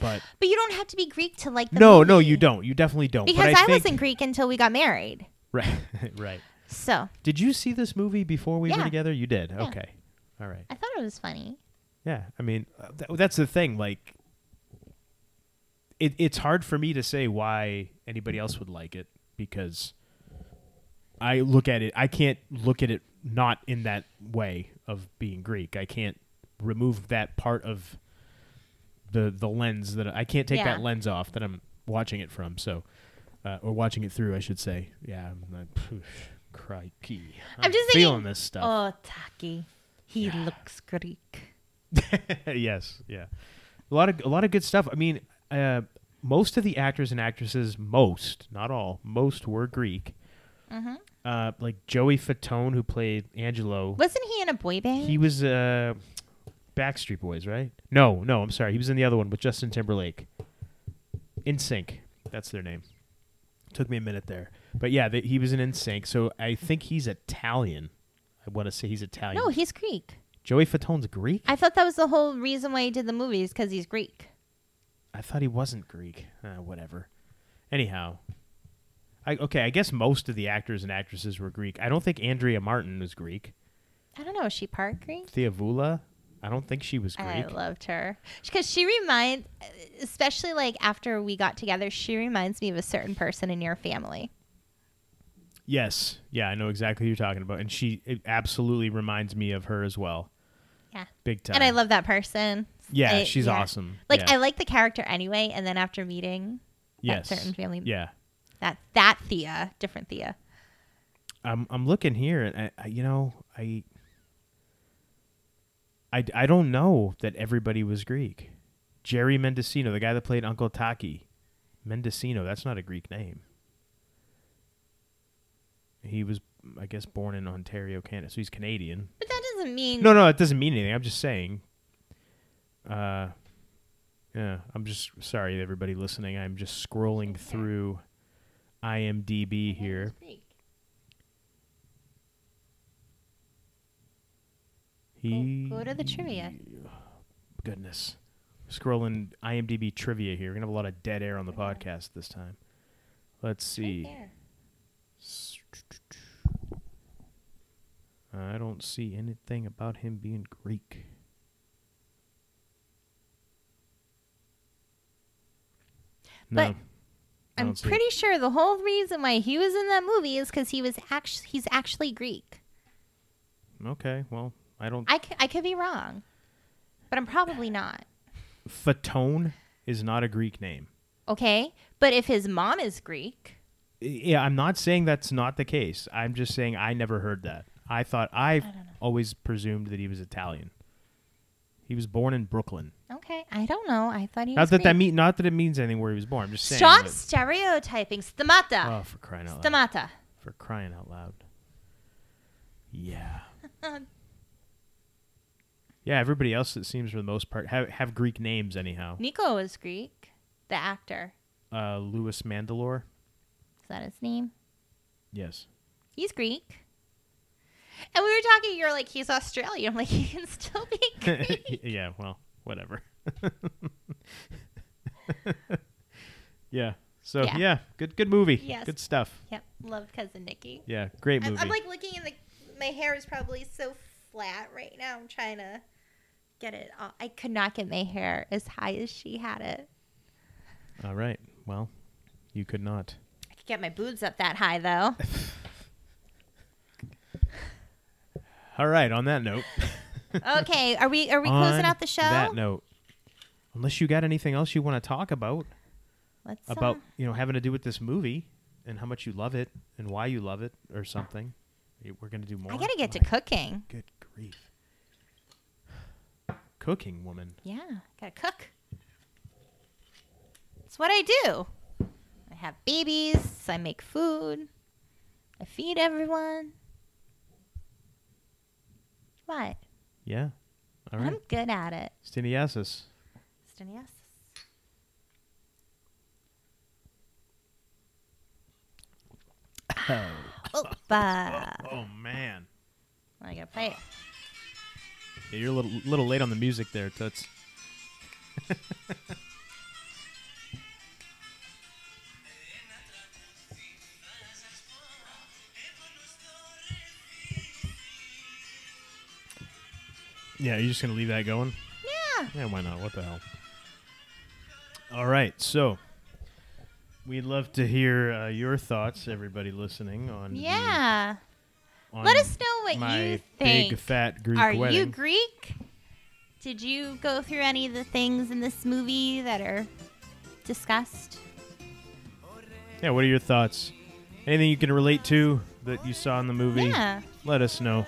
Speaker 1: but
Speaker 2: But you don't have to be Greek to like the
Speaker 1: no no
Speaker 2: movie.
Speaker 1: you don't you definitely don't but
Speaker 2: Because
Speaker 1: i,
Speaker 2: I,
Speaker 1: think,
Speaker 2: wasn't Greek until we got married.
Speaker 1: right right
Speaker 2: So
Speaker 1: did you see this movie before we were
Speaker 2: Yeah.
Speaker 1: together you did
Speaker 2: Yeah.
Speaker 1: okay all right
Speaker 2: I thought it was funny.
Speaker 1: Yeah, I mean, uh, th- that's the thing. Like, it, it's hard for me to say why anybody else would like it because I look at it. I can't look at it not in that way of being Greek. I can't remove that part of the the lens that I can't take that
Speaker 2: Yeah.
Speaker 1: lens off that I'm watching it from. So, uh, or watching it through, I should say. Yeah, I'm like, phew, crikey. I'm,
Speaker 2: I'm just
Speaker 1: feeling
Speaker 2: thinking-
Speaker 1: this stuff.
Speaker 2: Oh, Taki. He looks Greek.
Speaker 1: yes, yeah. A lot of a lot of good stuff. I mean, uh, most of the actors and actresses, most, not all, most were Greek. Uh, like Joey Fatone, who played Angelo,
Speaker 2: Wasn't he in a boy band?
Speaker 1: he was uh, Backstreet Boys, right? No, no, I'm sorry, he was in the other one with Justin Timberlake. In Sync, that's their name. Took me a minute there, but yeah, th- he was in In Sync. So I think he's Italian. I want to say he's Italian.
Speaker 2: no, he's Greek.
Speaker 1: Joey Fatone's Greek.
Speaker 2: I thought that was the whole reason why he did the movies because he's Greek.
Speaker 1: I thought he wasn't Greek. Uh, whatever. Anyhow, I okay. I guess most of the actors and actresses were Greek. I don't think Andrea Martin was Greek.
Speaker 2: I don't know. Is she part Greek?
Speaker 1: Theavula, I don't think she was
Speaker 2: I
Speaker 1: Greek.
Speaker 2: loved her because she reminds, especially like after we got together, she reminds me of a certain person in your family.
Speaker 1: yes, yeah, I know exactly who you're talking about, and she it absolutely reminds me of her as well,
Speaker 2: Yeah,
Speaker 1: big time.
Speaker 2: and I love that person.
Speaker 1: Yeah,
Speaker 2: I-
Speaker 1: she's
Speaker 2: yeah.
Speaker 1: awesome.
Speaker 2: Like
Speaker 1: yeah.
Speaker 2: I like the character anyway, and then after meeting
Speaker 1: yes.
Speaker 2: certain family-
Speaker 1: Yeah,
Speaker 2: that that Thea, different Thea,
Speaker 1: I'm I'm looking here, and I, I you know I. I, I don't know that everybody was Greek. Jerry Mendocino, the guy that played Uncle Taki, Mendocino. That's not a Greek name. He was, I guess, born in Ontario, Canada, so he's Canadian.
Speaker 2: but that doesn't mean
Speaker 1: No, no, it doesn't mean anything. I'm just saying. Uh, yeah, I'm just sorry, everybody listening. I'm just scrolling through IMDb here. He
Speaker 2: Go to the trivia.
Speaker 1: goodness. Scrolling IMDb trivia here. We're gonna have a lot of dead air on the podcast this time. Let's see. I don't see anything about him being Greek.
Speaker 2: But
Speaker 1: No. I
Speaker 2: I'm
Speaker 1: don't see it.
Speaker 2: pretty sure the whole reason why he was in that movie is because he was actually he's actually Greek.
Speaker 1: Okay, well, I don't.
Speaker 2: I, c- I could be wrong, but I'm probably not.
Speaker 1: Fatone is not a Greek name.
Speaker 2: Okay, but if his mom is Greek,
Speaker 1: Yeah, I'm not saying that's not the case. I'm just saying I never heard that. I thought I always presumed that he was Italian. He was born in Brooklyn.
Speaker 2: okay, I don't know. I thought he
Speaker 1: Not
Speaker 2: was
Speaker 1: that that
Speaker 2: Greek.
Speaker 1: mean not that it means anything where he was born. I'm just saying.
Speaker 2: Stop
Speaker 1: that-
Speaker 2: stereotyping. Stomata.
Speaker 1: oh, for crying out loud!
Speaker 2: Stomata.
Speaker 1: For crying out loud! Yeah. yeah, everybody else it seems for the most part have have Greek names anyhow.
Speaker 2: Nico is Greek. The actor.
Speaker 1: Uh, Louis Mandalore.
Speaker 2: Is that his name?
Speaker 1: Yes.
Speaker 2: He's Greek. And we were talking, you're like, he's Australian. I'm like, he can still be Greek.
Speaker 1: yeah, well, whatever. yeah. So yeah,
Speaker 2: Yeah.
Speaker 1: good good movie.
Speaker 2: Yes.
Speaker 1: Good stuff.
Speaker 2: Yep. Love cousin Nikki.
Speaker 1: Yeah, great movie.
Speaker 3: I'm, I'm like looking in the. My hair is probably so flat right now. I'm trying to get it off.
Speaker 2: I could not get my hair as high as she had it.
Speaker 1: All right. Well, you could not.
Speaker 2: I could get my boobs up that high though.
Speaker 1: All right, on that note.
Speaker 2: okay, are we are we
Speaker 1: on
Speaker 2: closing out the show?
Speaker 1: That note. Unless you got anything else you want to talk about
Speaker 2: Let's
Speaker 1: about,
Speaker 2: uh,
Speaker 1: you know, having to do with this movie and how much you love it and why you love it or something. We're going to do more.
Speaker 2: I gotta get to
Speaker 1: My
Speaker 2: cooking.
Speaker 1: Good grief. Cooking woman.
Speaker 2: Yeah, gotta cook. It's what I do. I have babies. so I make food. I feed everyone. What?
Speaker 1: Yeah. All right.
Speaker 2: I'm good at it.
Speaker 1: Steniasis.
Speaker 2: Steniasis. Opa.
Speaker 1: Oh man.
Speaker 2: I gotta play it.
Speaker 1: Yeah, you're a little, little late on the music there, Toots. Yeah, you're just gonna leave that going?
Speaker 2: Yeah.
Speaker 1: Yeah, why not? What the hell? All right, so we'd love to hear uh, your thoughts, everybody listening on the-
Speaker 2: Yeah.
Speaker 1: on
Speaker 2: Let us know what
Speaker 1: my
Speaker 2: you
Speaker 1: Big
Speaker 2: think.
Speaker 1: fat Greek
Speaker 2: Are
Speaker 1: wedding.
Speaker 2: you Greek? Did you go through any of the things in this movie that are discussed?
Speaker 1: Yeah, what are your thoughts? Anything you can relate to that you saw in the movie?
Speaker 2: Yeah.
Speaker 1: Let us know.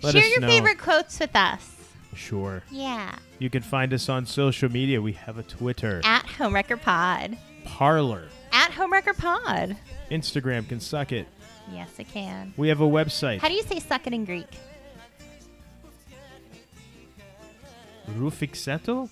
Speaker 1: Let
Speaker 2: Share
Speaker 1: us
Speaker 2: your
Speaker 1: know.
Speaker 2: favorite quotes with us.
Speaker 1: Sure.
Speaker 2: Yeah.
Speaker 1: You can find us on social media. We have a Twitter,
Speaker 2: At Homewrecker Pod.
Speaker 1: Parlor,
Speaker 2: At Homewrecker Pod.
Speaker 1: Instagram can suck it.
Speaker 2: Yes, I can.
Speaker 1: We have a website,
Speaker 2: How do you say suck it in Greek?
Speaker 1: Rufixeto?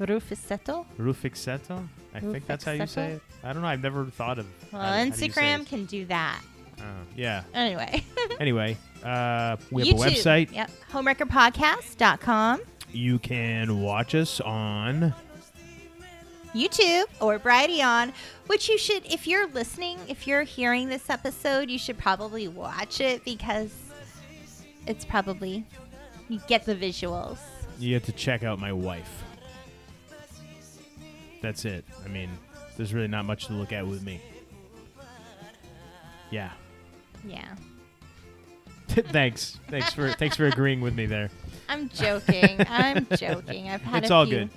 Speaker 2: Rufiseto?
Speaker 1: Rufixeto? I think that's how you say
Speaker 2: Rufixeto?
Speaker 1: it. I don't know. I've never thought of
Speaker 2: Well,
Speaker 1: how do- how do you say
Speaker 2: Instagram
Speaker 1: it?
Speaker 2: can do that.
Speaker 1: Uh, yeah.
Speaker 2: Anyway.
Speaker 1: Anyway, uh, we have
Speaker 2: YouTube.
Speaker 1: a website.
Speaker 2: Yep. Homewreckerpodcast.com.
Speaker 1: You can watch us on
Speaker 2: YouTube or Variety on, which you should, if you're listening, if you're hearing this episode, you should probably watch it because it's probably, you get the visuals.
Speaker 1: you have to check out my wife. That's it. I mean, there's really not much to look at with me. Yeah.
Speaker 2: Yeah.
Speaker 1: thanks. Thanks for thanks for agreeing with me there.
Speaker 2: I'm joking. I'm joking. I've had
Speaker 1: It's
Speaker 2: a
Speaker 1: all
Speaker 2: few.
Speaker 1: good.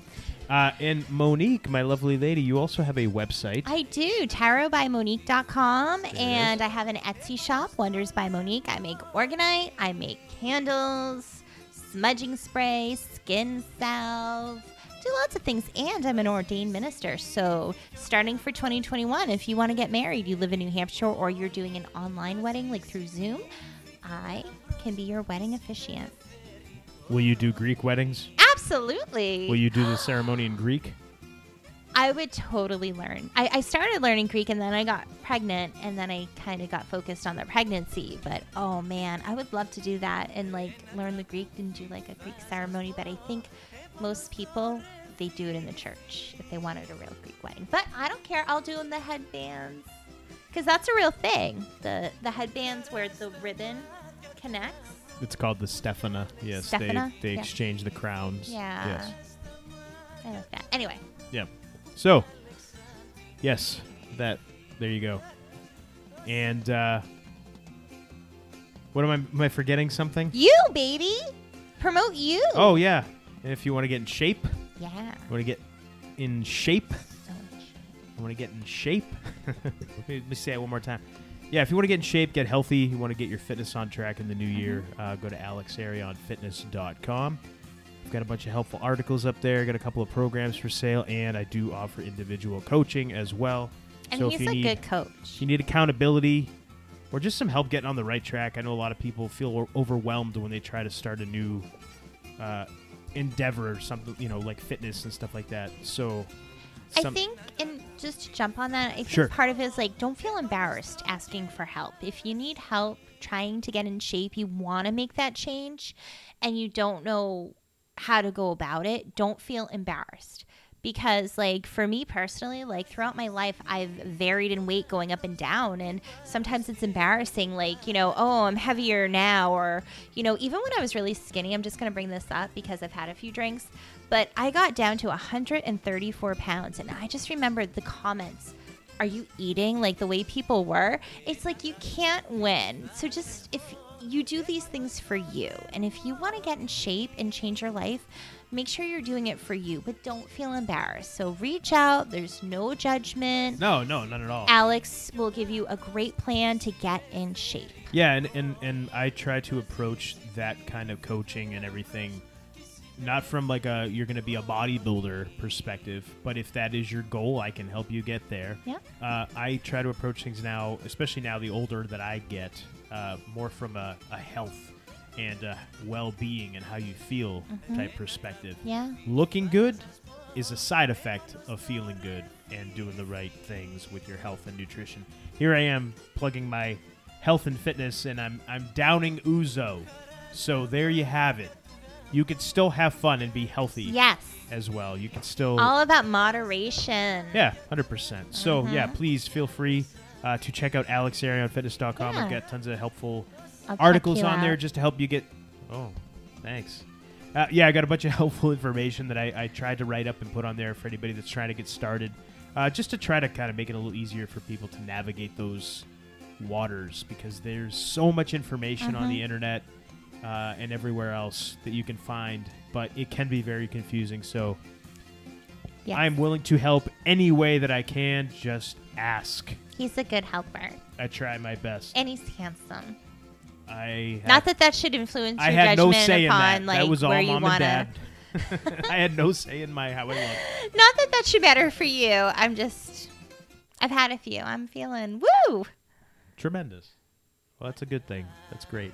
Speaker 1: Uh, and Monique, my lovely lady, you also have a website.
Speaker 2: I do, tarotbymonique.com,
Speaker 1: it
Speaker 2: and I have an Etsy shop, Wonders by Monique. I make organite, I make candles, smudging spray, skin salve, do lots of things, and I'm an ordained minister. So, starting for 2021, if you want to get married, you live in New Hampshire, or you're doing an online wedding like through Zoom, I can be your wedding officiant.
Speaker 1: Will you do Greek weddings?
Speaker 2: Absolutely.
Speaker 1: Will you do the ceremony in Greek?
Speaker 2: I would totally learn. I, I started learning Greek and then I got pregnant and then I kind of got focused on the pregnancy. But oh man, I would love to do that and like learn the Greek and do like a Greek ceremony. But I think most people, they do it in the church if they wanted a real Greek wedding. But I don't care. I'll do in the headbands because that's a real thing. The, the headbands where the ribbon connects.
Speaker 1: It's called the Stephana. Yes,
Speaker 2: Stephana?
Speaker 1: they they
Speaker 2: Yeah.
Speaker 1: exchange the crowns.
Speaker 2: Yeah.
Speaker 1: Yes.
Speaker 2: I like that. Anyway,
Speaker 1: Yeah. So, yes, that. There you go. And uh, what am I? Am I forgetting something?
Speaker 2: you, baby, promote you.
Speaker 1: Oh yeah. And if you want to get in shape, you
Speaker 2: Yeah.
Speaker 1: want to get in shape.
Speaker 2: So-
Speaker 1: You want to get in shape. Let me say it one more time. Yeah, if you want to get in shape, get healthy, you want to get your fitness on track in the
Speaker 2: Mm-hmm.
Speaker 1: new year, uh, go to alexarionfitness.com. I've got a bunch of helpful articles up there, got a couple of programs for sale, and I do offer individual coaching as well.
Speaker 2: And
Speaker 1: so if
Speaker 2: he's
Speaker 1: you
Speaker 2: a
Speaker 1: need,
Speaker 2: good
Speaker 1: if
Speaker 2: coach.
Speaker 1: you need accountability or just some help getting on the right track, I know a lot of people feel o- overwhelmed when they try to start a new uh, endeavor or something, you know, like fitness and stuff like that. So
Speaker 2: I
Speaker 1: some-
Speaker 2: think, and just to jump on that, I think
Speaker 1: Sure.
Speaker 2: part of it is like, don't feel embarrassed asking for help. If you need help trying to get in shape, you want to make that change, and you don't know how to go about it, don't feel embarrassed. because like for me personally like throughout my life i've varied in weight going up and down and sometimes it's embarrassing like you know oh i'm heavier now or you know even when i was really skinny i'm just going to bring this up because i've had a few drinks but i got down to 134 pounds and i just remembered the comments are you eating like the way people were it's like you can't win so just if you do these things for you and if you want to get in shape and change your life make sure you're doing it for you but don't feel embarrassed so reach out there's no judgment
Speaker 1: No, no, not at all.
Speaker 2: alex will give you a great plan to get in shape
Speaker 1: Yeah, and, and and I try to approach that kind of coaching and everything not from like a you're going to be a bodybuilder perspective, but if that is your goal, I can help you get there.
Speaker 2: Yeah.
Speaker 1: Uh, I try to approach things now, especially now the older that I get, uh, more from a, a health and a well-being and how you feel type perspective.
Speaker 2: Mm-hmm. yeah
Speaker 1: Looking good is a side effect of feeling good and doing the right things with your health and nutrition. Here I am plugging my health and fitness, and I'm I'm downing Uzo. So there you have it. You can still have fun and be healthy
Speaker 2: yes
Speaker 1: as well. You can still
Speaker 2: all about moderation
Speaker 1: Oh. yeah, hundred percent. So yeah,
Speaker 2: Uh-huh.
Speaker 1: please feel free uh, to check out alexarianfitness.com. I've
Speaker 2: Yeah.
Speaker 1: got tons of helpful
Speaker 2: I'll check
Speaker 1: articles
Speaker 2: you
Speaker 1: on there
Speaker 2: out.
Speaker 1: just to help you get. Oh, thanks. Uh, yeah, I got a bunch of helpful information that I, I tried to write up and put on there for anybody that's trying to get started, uh, just to try to kind of make it a little easier for people to navigate those waters because there's so much information on
Speaker 2: Uh-huh.
Speaker 1: the internet uh, and everywhere else that you can find, but it can be very confusing. So
Speaker 2: Yes.
Speaker 1: I'm willing to help any way that I can. Just ask.
Speaker 2: he's a good helper
Speaker 1: I try my best.
Speaker 2: and he's handsome
Speaker 1: I have
Speaker 2: not that that should influence your
Speaker 1: I had no
Speaker 2: judgment
Speaker 1: say in
Speaker 2: upon
Speaker 1: that.
Speaker 2: like
Speaker 1: that was all
Speaker 2: where
Speaker 1: mom
Speaker 2: you
Speaker 1: and
Speaker 2: want to
Speaker 1: dad. I had no say in my how I looked.
Speaker 2: Not that that should matter for you. I'm just, I've had a few. I'm feeling woo.
Speaker 1: Tremendous. Well, that's a good thing. That's great.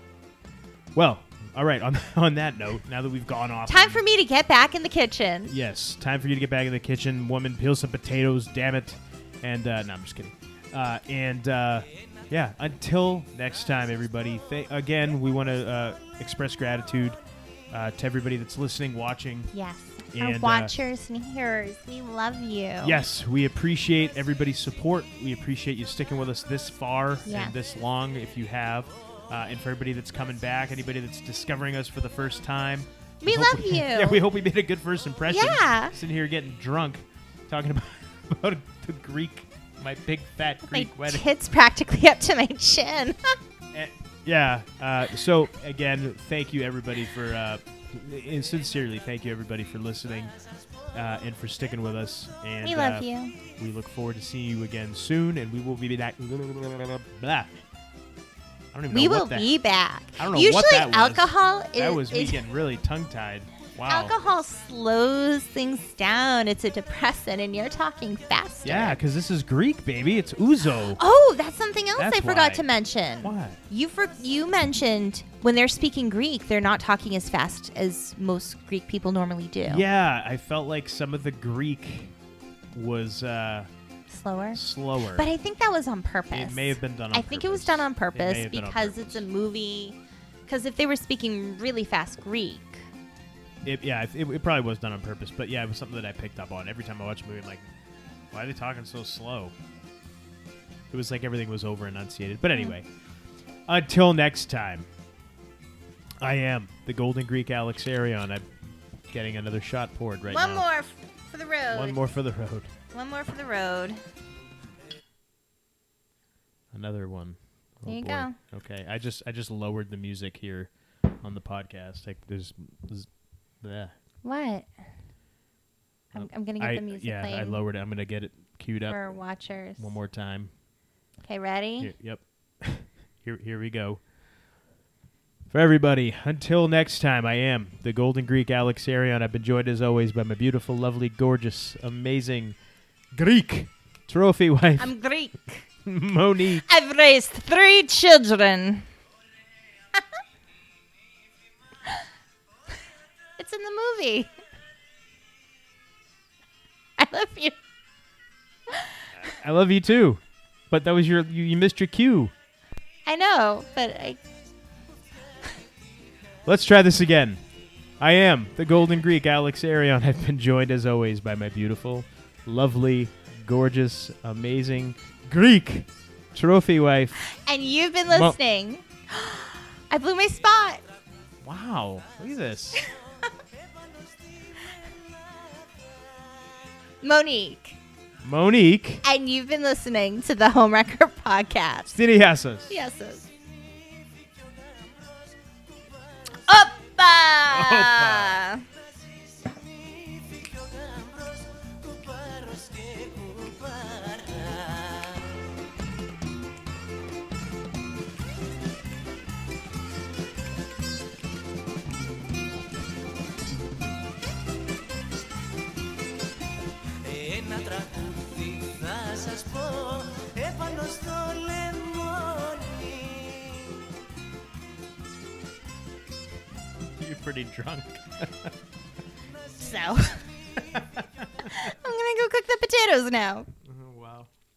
Speaker 1: Well, all right. On on that note, now that we've gone off,
Speaker 2: Time for me to get back in the kitchen.
Speaker 1: yes, time for you to get back in the kitchen, woman. Peel some potatoes, damn it. And uh, no, I'm just kidding. Uh, and uh, yeah, until next time, everybody. Th- again, we want to uh, express gratitude uh, to everybody that's listening, watching.
Speaker 2: Yes.
Speaker 1: And, uh,
Speaker 2: Our watchers and hearers, we love you.
Speaker 1: Yes, we appreciate everybody's support. We appreciate you sticking with us this far
Speaker 2: Yes.
Speaker 1: and this long, if you have. Uh, and for everybody that's coming back, anybody that's discovering us for the first time,
Speaker 2: We
Speaker 1: hope
Speaker 2: love
Speaker 1: we-
Speaker 2: you.
Speaker 1: Yeah, we hope we made a good first impression.
Speaker 2: Yeah.
Speaker 1: sitting here getting drunk, talking about, about the Greek, my big fat
Speaker 2: My
Speaker 1: Greek wedding.
Speaker 2: tits practically up to my chin.
Speaker 1: Eh, yeah. Uh, so again, thank you everybody for, uh, and sincerely, thank you everybody for listening uh, and for sticking with us. And
Speaker 2: we love
Speaker 1: uh,
Speaker 2: you.
Speaker 1: we look forward to seeing you again soon, and we will be back. Blah. I don't even
Speaker 2: We
Speaker 1: know
Speaker 2: will
Speaker 1: what that.
Speaker 2: be back.
Speaker 1: I don't know
Speaker 2: Usually,
Speaker 1: what that was.
Speaker 2: alcohol is.
Speaker 1: that was me
Speaker 2: is-
Speaker 1: getting really tongue tied. Wow.
Speaker 2: Alcohol slows things down. It's a depressant, and you're talking faster.
Speaker 1: Yeah, because this is Greek, baby. It's ouzo.
Speaker 2: Oh, that's something else
Speaker 1: That's
Speaker 2: I forgot
Speaker 1: why.
Speaker 2: to mention.
Speaker 1: What?
Speaker 2: You for, you mentioned when they're speaking Greek, they're not talking as fast as most Greek people normally do.
Speaker 1: Yeah, I felt like some of the Greek was uh,
Speaker 2: slower.
Speaker 1: slower.
Speaker 2: But I think that was on purpose.
Speaker 1: it may have been done. on
Speaker 2: I think it was
Speaker 1: purpose.
Speaker 2: done on
Speaker 1: It may have
Speaker 2: purpose
Speaker 1: been on
Speaker 2: because
Speaker 1: purpose.
Speaker 2: it's a movie. Because if they were speaking really fast Greek,
Speaker 1: It, yeah, it, it probably was done on purpose, but yeah, it was something that I picked up on. Every time I watch a movie, I'm like, why are they talking so slow? It was like everything was over enunciated.
Speaker 2: Hmm.
Speaker 1: But anyway, until next time, I am the Golden Greek Alex Arion. I'm getting another shot poured right
Speaker 3: One
Speaker 1: now.
Speaker 3: more f- for the road.
Speaker 1: One more for the road.
Speaker 3: One more for the road.
Speaker 1: Another one. Oh,
Speaker 2: There you
Speaker 1: boy.
Speaker 2: go.
Speaker 1: Okay, I just I just lowered the music here on the podcast. Like there's, there's bleh.
Speaker 2: what? I'm, I'm gonna get
Speaker 1: I-
Speaker 2: the music
Speaker 1: yeah, I
Speaker 2: playing
Speaker 1: lowered it. I'm gonna get it queued
Speaker 2: for
Speaker 1: up
Speaker 2: our watchers.
Speaker 1: one more time.
Speaker 2: Okay, ready?
Speaker 1: Here, yep. here, here we go. For everybody, until next time, I am the Golden Greek Alex Arion. I've been joined as always by my beautiful, lovely, gorgeous, amazing Greek trophy wife,
Speaker 2: I'm Greek.
Speaker 1: Monique.
Speaker 2: I've raised three children. it's in the movie. I love you.
Speaker 1: I love you too, but that was your you, you missed your cue.
Speaker 2: I know, but I
Speaker 1: Let's try this again. I am the Golden Greek, Alex Arion. I've been joined, as always, by my beautiful, lovely, gorgeous, amazing Greek trophy wife.
Speaker 2: And you've been
Speaker 1: Well-
Speaker 2: listening. I blew my spot.
Speaker 1: Wow, look at this.
Speaker 2: Monique.
Speaker 1: Monique
Speaker 2: And you've been listening to the Home Record Podcast.
Speaker 1: Stiniasos.
Speaker 2: Yes. Opa!
Speaker 1: Opa!
Speaker 4: kilogramos ocupados que culparán. ένα τραγούδι θα σας πω επάνω στο λεμόνι
Speaker 1: You're pretty drunk.
Speaker 2: So, I'm going to go cook the potatoes now.